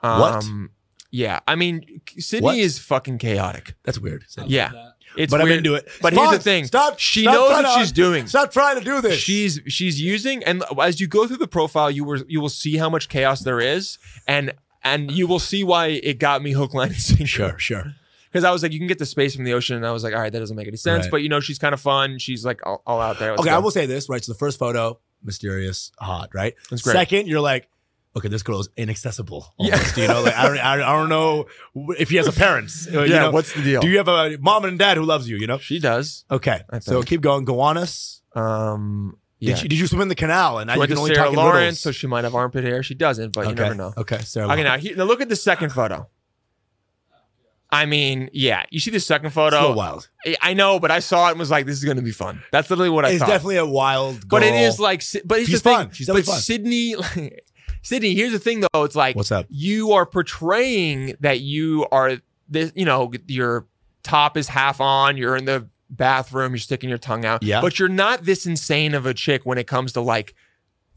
C: What?
D: Um, Yeah, I mean, Sydney
C: What?
D: is fucking chaotic.
C: That's weird.
G: I love
D: Yeah.
G: that.
D: It's
C: but
D: weird.
C: I'm into it.
D: But here's
C: Fine,
D: the thing:
C: Stop.
D: She
C: stop
D: knows
C: trying
D: what
C: to-
D: she's doing.
C: Stop trying to do this.
D: She's she's using, and as you go through the profile, you were you will see how much chaos there is, and and you will see why it got me hook, line, and (laughs) sinker.
C: (laughs) sure, sure.
D: Because I was like, you can get the space from the ocean, and I was like, all right, that doesn't make any sense.
C: Right.
D: But you know, she's kind of fun. She's like all, all out there. Let's
C: okay,
D: go.
C: I will say this, right? So the first photo, mysterious, hot, right?
D: That's great.
C: Second, you're like, okay, this girl is inaccessible. Almost, you know, like I don't, I don't- I don't know if he has a parents. Yeah,
D: yeah, what's the deal?
C: do you have a mom and dad who loves you? You know.
D: she does.
C: Okay,
D: I
C: so
D: think.
C: keep going. Gowanus.
D: Um, yeah.
C: Did, you, did you swim in the canal? And now
D: She
C: you
D: went
C: can
D: to
C: only
D: Sarah
C: talk in
D: Lawrence,
C: riddles?
D: so she might have armpit hair. She doesn't, but you
C: okay.
D: never know.
C: Okay, Sarah.
D: Okay,
C: Lawrence.
D: now, here, now look at the second photo. I mean, yeah, you see the second
C: It's a little
D: photo.
C: wild.
D: I- I know, but I saw it and was like, this is going to be fun. That's literally what I
C: It's
D: thought.
C: definitely a wild. Girl.
D: but it is like, Si- but it's
C: She's
D: the thing,
C: fun. She's
D: but
C: definitely fun.
D: Sydney, (laughs) Sydney. Here's the thing, though. It's like,
C: What's up?
D: You are portraying that you are this. You know, your top is half on. You're in the bathroom. You're sticking your tongue out.
C: Yeah.
D: But you're not this insane of a chick when it comes to like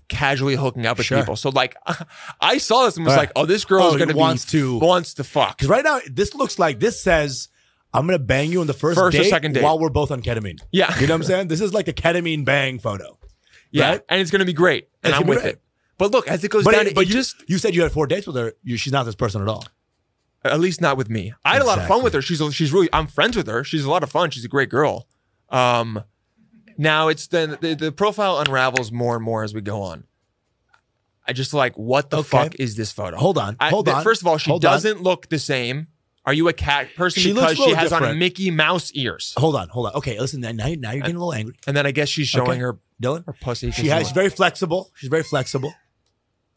D: casually hooking up with
C: Sure.
D: people. So like, (laughs) I saw this and was
C: All
D: like,
C: right.
D: oh, this girl
C: Oh,
D: is
C: it
D: going to
C: wants
D: be
C: to-
D: wants to fuck.
C: Because right now, this looks like this says, "I'm gonna bang you on the first,
D: First or
C: date
D: second date.
C: while we're both on ketamine."
D: Yeah.
C: You know what I'm saying? This is like the ketamine bang photo.
D: Yeah,
C: Right?
D: and it's going to be great, and
C: It's
D: I'm
C: gonna be
D: with
C: great.
D: it. But look, as it goes
C: But,
D: down,
C: it- but
D: it
C: you
D: just
C: just you said you had four dates with her. You, she's not this person at all.
D: At least not with me. I had a lot of fun
C: Exactly.
D: with her. She's she's really I'm friends with her. She's a lot of fun. She's a great girl. Um, now it's the, the the profile unravels more and more as we go on. I just like what the
C: Okay.
D: fuck is this photo?
C: Hold on,
D: I-
C: hold
D: th-
C: on.
D: First of all, she
C: Hold on.
D: doesn't look the same. Are you a cat person
C: She
D: because
C: looks a
D: she
C: little
D: has on
C: different.
D: Mickey Mouse ears?
C: Hold on, hold on. Okay, listen. Now, now you're getting a little angry,
D: And then I guess she's showing
C: Okay.
D: her
C: Dylan.
D: her pussy.
C: She has. She's very flexible. She's very flexible.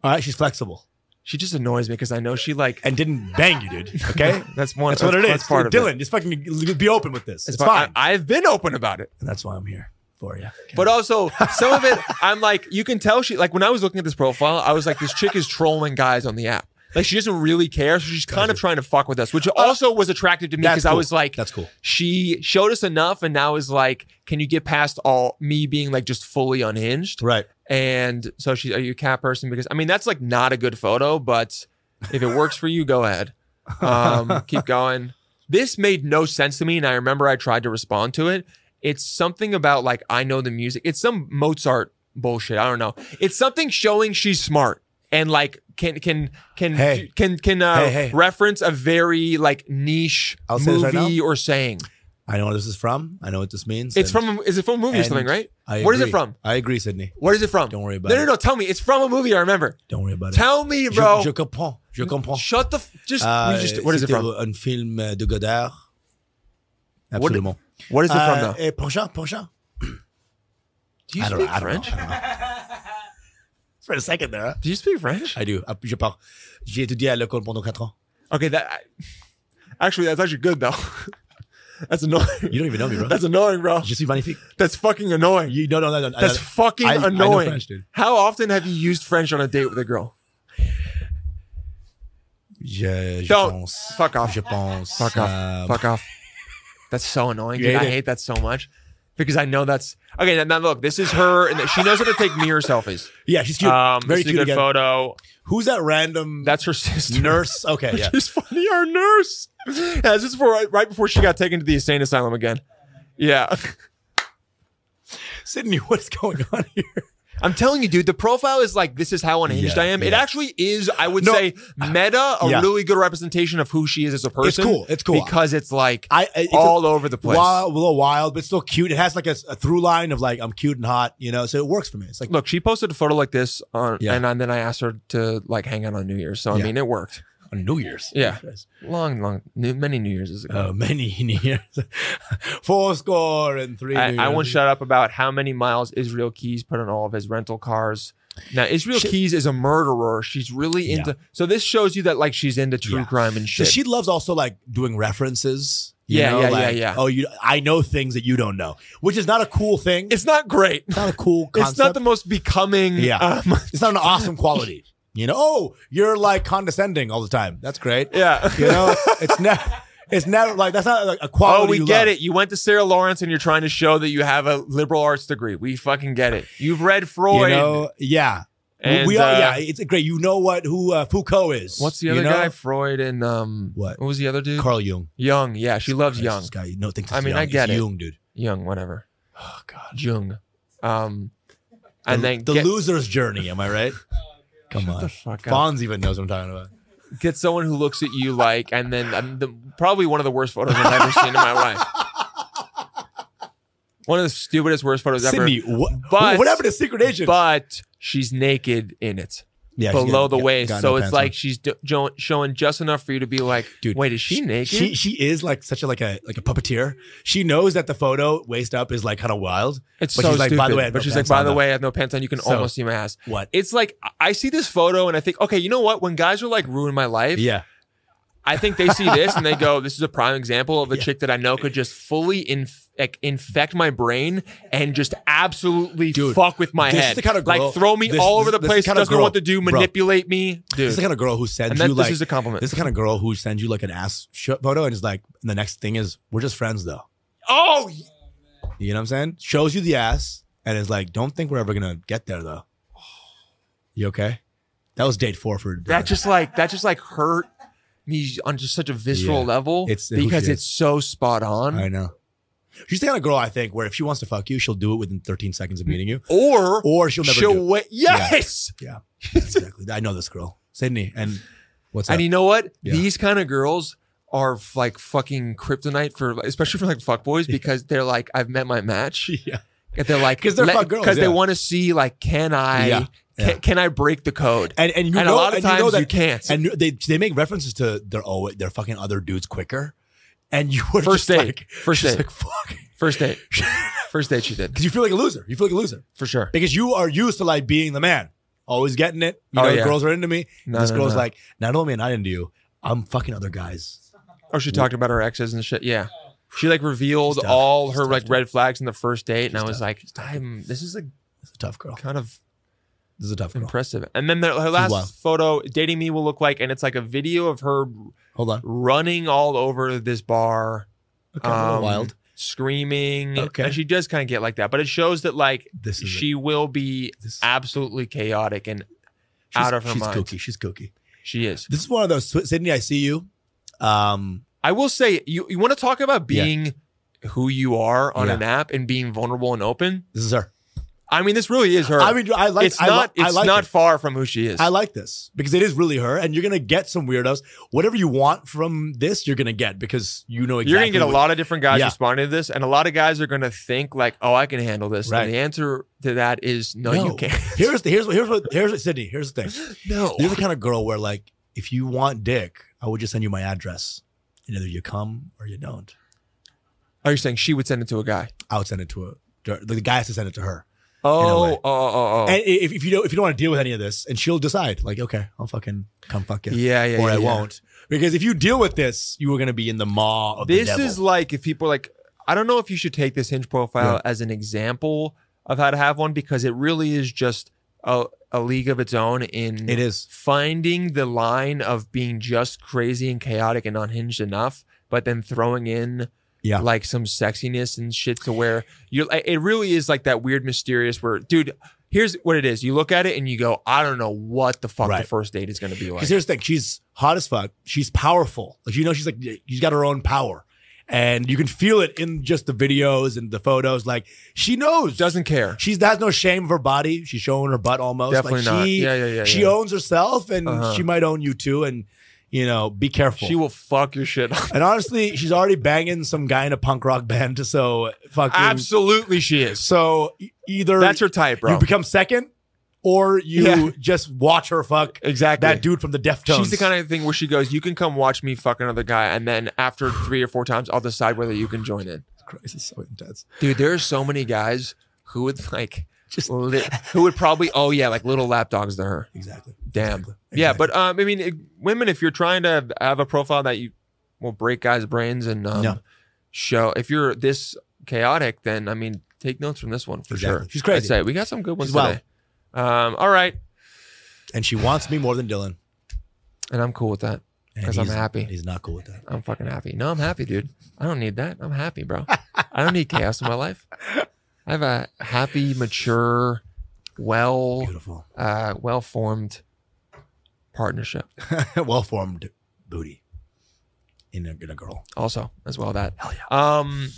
C: All right, she's flexible
D: she just annoys me because I know she like
C: and didn't bang you, dude. Okay,
D: (laughs) that's one.
C: that's what it is.
D: That's part of it.
C: Dylan, just fucking be open with this. It's,
D: It's
C: fine.
D: fine. I, I've been open about it.
C: and that's why I'm here for you. Okay.
D: But also, some of it, (laughs) I'm like, you can tell she, like, when I was looking at this profile, I was like, this chick is trolling guys on the app. Like, she doesn't really care. So she's kind of trying to fuck with us, which also was attractive to me
C: That's
D: because I
C: cool.
D: was like,
C: That's cool.
D: She showed us enough and now is like, can you get past all me being like just fully unhinged?
C: right.
D: And so she, are you a cat person? Because I mean, that's like not a good photo, but if it works for you, go ahead.
C: (laughs)
D: Um, keep going. This made no sense to me. And I remember I tried to respond to it. It's something about like, I know the music. It's some Mozart bullshit. I don't know. It's something showing she's smart and like can, can, can,
C: Hey.
D: can, can, uh,
C: Hey, hey.
D: reference a very like niche
C: I'll say this
D: movie
C: right now.
D: or saying.
C: I know where this is from. I know what this means.
D: It's
C: and
D: from, a- is it from a movie or
C: and
D: something, right?
C: I
D: Where is it
C: agree.
D: from?
C: I agree, Sydney.
D: What is it from?
C: Don't worry about
D: no, No,
C: it.
D: no, Tell me. It's from a movie. I remember.
C: Don't worry about it.
D: Tell me,
C: Je-
D: bro.
C: Je, comprends. Je comprends.
D: Shut the. F- just.
C: Uh,
D: you just. What is it
C: c'était
D: from?
C: Un film euh, de Godard. Absolument.
D: What is it from
C: Uh,
D: though?
C: eh, prochain, prochain.
D: Do you
C: I don't
D: speak
C: know, I don't
D: French?
C: know, I don't know. (laughs) For a second there.
D: Do you speak French?
C: I do. Ah, Je parle. J'ai étudié à l'école pendant
D: (laughs)
C: 4 ans.
D: Okay, that. I, actually, that's actually good though. (laughs) that's annoying.
C: You don't even know me, bro.
D: That's annoying, bro.
C: Je suis magnifique.
D: That's fucking annoying.
C: You, no, no, no, no.
D: that's
C: I-
D: fucking
C: I- I know
D: annoying.
C: French, dude.
D: How often have you used French on a date with a girl?
C: Je, je
D: Don't.
C: pense.
D: Fuck off.
C: Je pense.
D: Fuck off.
C: euh,
D: Fuck off. That's so annoying.
C: You
D: Dude,
C: hate
D: I
C: it?
D: Um, hate that so much because I know that's okay. Now, now look, this is her, and she knows how to take mirror selfies.
C: Yeah, she's cute.
D: Um,
C: Very
D: this is
C: cute
D: a good
C: again.
D: photo.
C: Who's that random
D: That's her sister. (laughs)
C: nurse? Okay, yeah.
D: She's funny, our nurse. Yeah, this is for right before she got taken to the insane asylum again. Yeah. (laughs)
C: Sydney, what's going on here?
D: I'm telling you, dude, the profile is like this is how unhinged
C: Yeah,
D: I am. It
C: yeah.
D: actually is, I would
C: No.
D: say, meta, a
C: Yeah.
D: really good representation of who she is as a person.
C: cool, it's cool.
D: Because it's like
C: I, I- it's a-
D: all over the place.
C: Wild, a little wild, but still cute. It has like a, a through line of like I'm cute and hot, you know. So it works for me. It's like
D: Look, she posted a photo like this on
C: Yeah.
D: and, then I asked her to like hang out on New Year's. So I
C: Yeah.
D: mean it worked.
C: on New Year's.
D: Yeah. Long, long new, many New Year's is ago.
C: Uh, many (laughs) New Years, four score and three.
D: I,
C: New
D: I won't
C: Years.
D: shut up about how many miles Israel Keys put on all of his rental cars. Now, Israel Keys is a murderer. She's really
C: Yeah.
D: into. So this shows you that like she's into true
C: Yeah.
D: crime and
C: So
D: shit.
C: she loves also like doing references. you
D: Yeah,
C: know,
D: yeah, yeah,
C: like,
D: yeah.
C: Oh, you, I know things that you don't know, which is not a cool thing.
D: it's not great.
C: not a cool concept.
D: It's not the most becoming.
C: Yeah. (laughs)
D: Um, (laughs)
C: It's not an awesome quality. You know, oh, you're like condescending all the time. That's great.
D: yeah.
C: You know, it's never, it's never like that's not like a quality.
D: Oh, we
C: you
D: get
C: love.
D: it. You went to Sarah Lawrence and you're trying to show that you have a liberal arts degree. We fucking get it. You've read Freud.
C: You know, yeah.
D: And,
C: we are,
D: uh,
C: yeah, it's great. You know what who uh, Foucault is?
D: What's the
C: You
D: other
C: know?
D: guy? Freud and um.
C: What?
D: What was the other dude?
C: Carl Jung.
D: Young. Yeah, she loves
C: Christ,
D: Young.
C: This guy, you know, think
D: I
C: it's
D: mean,
C: Jung.
D: I
C: It's
D: get it.
C: Jung, dude.
D: Young, whatever.
C: Oh God.
D: Jung. Um,
C: The,
D: and then
C: the
D: get,
C: loser's journey. Am
D: (laughs)
C: I right? Come
D: Shut the
C: on.
D: fuck up.
C: Fonz even knows what I'm talking about.
D: get someone who looks at you like, and then um, the, probably one of the worst photos I've ever seen in my
C: (laughs)
D: life. One of the stupidest, worst photos
C: Sydney, what,
D: But-
C: what happened to Secret
D: ever.
C: Agent?
D: But she's naked in it,
C: yeah, she's
D: below
C: got-
D: the
C: got-
D: waist.
C: got
D: so
C: no
D: it's
C: pants
D: like
C: on.
D: she's do- jo- showing just enough for you to be like,
C: Dude,
D: wait, is she, naked?
C: she she is like such a like a like a puppeteer. She knows that the photo waist up is like kind of wild.
D: it's
C: but
D: so
C: she's like,
D: stupid.
C: by the way, I have
D: but
C: no
D: she's like,
C: pants
D: by
C: on,
D: the
C: though.
D: way, I have no pants on. You can
C: So-
D: almost see my ass.
C: What?
D: It's like I see this photo and I think, okay, you know what? When guys are like ruin my life,
C: yeah,
D: I think they see this and they
C: (laughs)
D: go, "This is a prime example of a
C: Yeah.
D: chick that I know could just fully inf- like infect my brain and just absolutely
C: Dude,
D: fuck with my
C: this is
D: head,
C: the kind of girl-
D: like throw me
C: this-
D: all over the
C: this- this is the
D: place,
C: kind of
D: doesn't know what to
C: girl-
D: do,
C: bro.
D: manipulate me,
C: this is
D: dude."
C: the kind of girl who sends
D: and that,
C: you like
D: this is a compliment.
C: This is the kind of girl who sends you like an ass sh- photo and is like, and the next thing is, we're just friends though.
D: oh, y-
C: You know what I'm saying? Shows you the ass and is like, don't think we're ever gonna get there though. You okay? That was date four for
D: that just like that just like hurt me on just such a visceral
C: Yeah.
D: level
C: It's uh, who
D: because
C: she
D: it's so spot on.
C: I know. She's the kind of girl I think where if she wants to fuck you, she'll do it within 13 seconds of meeting you,
D: Or
C: or she'll never.
D: she'll
C: do it.
D: wait. Yes.
C: exactly. I know this girl, Sydney, and what's up?
D: And you know what?
C: Yeah.
D: These kind of girls are f- like fucking kryptonite for, especially for like
C: (laughs)
D: fuckboys, because they're like, I've met my match.
C: yeah,
D: And they're like,
C: 'Cause they're
D: let-
C: fuck girls,
D: they
C: yeah.
D: want to see, like, can I,
C: Yeah,
D: ca-
C: yeah.
D: Can, I break the code?
C: and and you
D: and
C: know,
D: a lot of
C: and
D: times
C: you, know that,
D: can't.
C: and they they make references to their oh their fucking other dudes quicker, and you were
D: First
C: just
D: date.
C: like
D: First
C: just
D: date.
C: like fuck, (laughs)
D: First date. First date she did.
C: because you feel like a loser. You feel like a loser
D: For sure.
C: because you are used to like being the man, always getting it. You
D: Oh,
C: know,
D: yeah.
C: the girls are into me.
D: No,
C: this
D: no,
C: girl's
D: no.
C: like, not only am I into you, I'm fucking other guys.
D: Oh, she talked about her exes and shit. Yeah. She like revealed
C: She's tough.
D: all
C: She's
D: her
C: tough,
D: like
C: dude.
D: red flags in the first date, and
C: She's
D: I was
C: tough.
D: like,
C: She's tough.
D: "Damn, this is like
C: This is a tough girl.
D: kind of
C: This is a tough girl.
D: impressive." And then the, her last
C: wild.
D: photo, dating me, will look like, and it's like a video of her
C: Hold on.
D: running all over this bar,
C: Okay, a little
D: um,
C: wild.
D: screaming.
C: Okay.
D: and she does kind of get like that, but it shows that like
C: This is
D: she will be
C: This-
D: absolutely chaotic, and
C: she's-
D: out of her
C: she's
D: mind.
C: kooky. She's kooky.
D: she is.
C: This is one of those Sydney. I see you. Um,
D: I will say, you you want to talk about
C: Yeah.
D: being who you are on
C: Yeah.
D: an app and being vulnerable and open.
C: this is her.
D: I mean, this really is her.
C: I mean, I like.
D: it's
C: I, li-
D: not.
C: I
D: it's
C: like
D: not
C: it.
D: far from who she is.
C: I like this because it is really her, and you're gonna get some weirdos. Whatever you want from this, you're gonna get because you know exactly.
D: You're gonna get a
C: what-
D: lot of different guys
C: Yeah.
D: responding to this, and a lot of guys are gonna think like, "Oh, I can handle this."
C: Right.
D: And the answer to that is no, you can't.
C: (laughs) here's the here's what here's what here's what Sydney. Here's the thing.
D: No,
C: You're the kind of girl where like if you want dick, I would just send you my address, and either you come or you don't.
D: Are you saying she would send it to a guy?
C: I would send it to a the guy has to send it to her.
D: Oh,
C: way.
D: oh, oh, oh.
C: And if, if you don't if you don't want to deal with any of this, and she'll decide like, okay, I'll fucking come fuck you,
D: yeah, yeah,
C: or
D: yeah,
C: I
D: yeah.
C: won't. Because if you deal with this, you are gonna be in the maw of the
D: This
C: devil.
D: is like if people are like, I don't know if you should take this hinge profile
C: Yeah.
D: as an example of how to have one because it really is just a, a league of its own in
C: it is.
D: finding the line of being just crazy and chaotic and unhinged enough, but then throwing in
C: Yeah.
D: like some sexiness and shit to where you're like it really is like that weird mysterious where dude, here's what it is. You look at it and you go, I don't know what the fuck the
C: Right.
D: first date is gonna be like.
C: Because here's the thing, she's hot as fuck. She's powerful. Like you know, she's like she's got her own power, and you can feel it in just the videos and the photos. Like she knows.
D: Doesn't care.
C: She's has no shame of her body. She's showing her butt almost.
D: Definitely
C: like
D: not.
C: She,
D: Yeah, yeah, yeah,
C: She
D: yeah.
C: owns herself, and
D: Uh-huh.
C: she might own you too. And you know, be careful.
D: She will fuck your shit up.
C: and honestly, she's already banging some guy in a punk rock band. So fucking
D: Absolutely, she is.
C: So e- either
D: That's her type, bro.
C: you become second, or you
D: Yeah.
C: just watch her fuck
D: exactly.
C: that dude from the Deftones.
D: She's the kind of thing where she goes, "You can come watch me fuck another guy, and then after three or four times, I'll decide whether you can join in."
C: Christ, it's so intense.
D: Dude, there are so many guys who would like just li- who would probably, oh yeah, like little lapdogs to her.
C: Exactly.
D: Damn.
C: Exactly.
D: Yeah, but um, I mean, it- women, if you're trying to have a profile that you will break guys' brains and um,
C: Yeah.
D: show, if you're this chaotic, then I mean, take notes from this one for
C: Exactly.
D: sure.
C: She's crazy.
D: I'd say we got some good ones
C: She's wild.
D: today. Um, all right,
C: and she wants me more than Dylan.
D: and I'm cool with that.
C: And
D: 'Cause I'm
C: he's-
D: happy.
C: He's not cool with that.
D: I'm fucking happy. No, I'm happy, dude. I don't need that. I'm happy, bro. I don't need chaos in my life. I have a happy, mature, well
C: Beautiful, (laughs)
D: uh, well formed partnership.
C: well formed booty in a, in a girl.
D: Also, as well that. Um,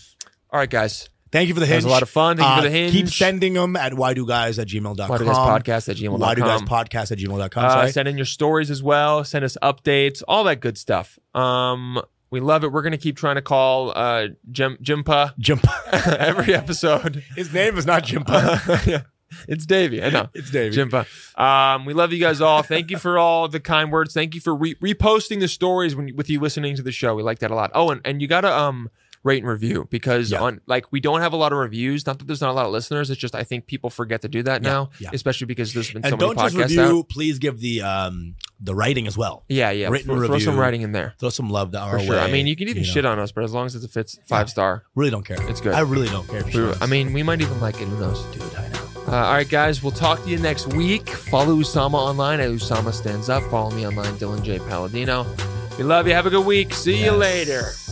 D: all right, guys.
C: Thank you for the
D: That was
C: hinge. Uh,
D: a lot of fun. Thank you for the hinge.
C: Keep sending them at why do guys at gmail.com.
D: Why do guys podcast at gmail.com.
C: Why do guys podcast at gmail.com.
D: Uh,
C: Sorry.
D: send in your stories as well. Send us updates, all that good stuff. Um, we love it. We're gonna keep trying to call uh, Jim Jimpa (laughs)
C: Jump.
D: every Uh, episode.
C: His name is not Jim.
D: (laughs) yeah, it's Davey. I know.
C: It's David.
D: Jimpa. Um, we love you guys all. Thank you for all the kind words. Thank you for re- reposting the stories when, with you listening to the show. We like that a lot. Oh, and, and you gotta um rate and review because
C: Yeah.
D: on like we don't have a lot of reviews. Not that there's not a lot of listeners. It's just I think people forget to do that
C: Yeah,
D: now,
C: yeah.
D: especially because there's been so
C: and
D: many
C: don't
D: podcasts
C: just review.
D: out.
C: Please give the um the writing as well.
D: Yeah, yeah.
C: written
D: Throw- Throw some
C: review
D: writing in there.
C: Throw some love our
D: For sure.
C: way.
D: I mean, you can even
C: know.
D: shit on us, but as long as it's a fits five star,
C: Really don't care.
D: It's good.
C: I really don't care. If
D: we,
C: you shit on
D: I
C: us.
D: mean, we might even like it. Who knows?
C: dude, I know.
D: Uh, all right, guys, we'll talk to you next week. Follow Usama online at Usama Stands Up. Follow me online, Dylan J. Palladino. We love you. Have a good week. See you
C: Yes.
D: later.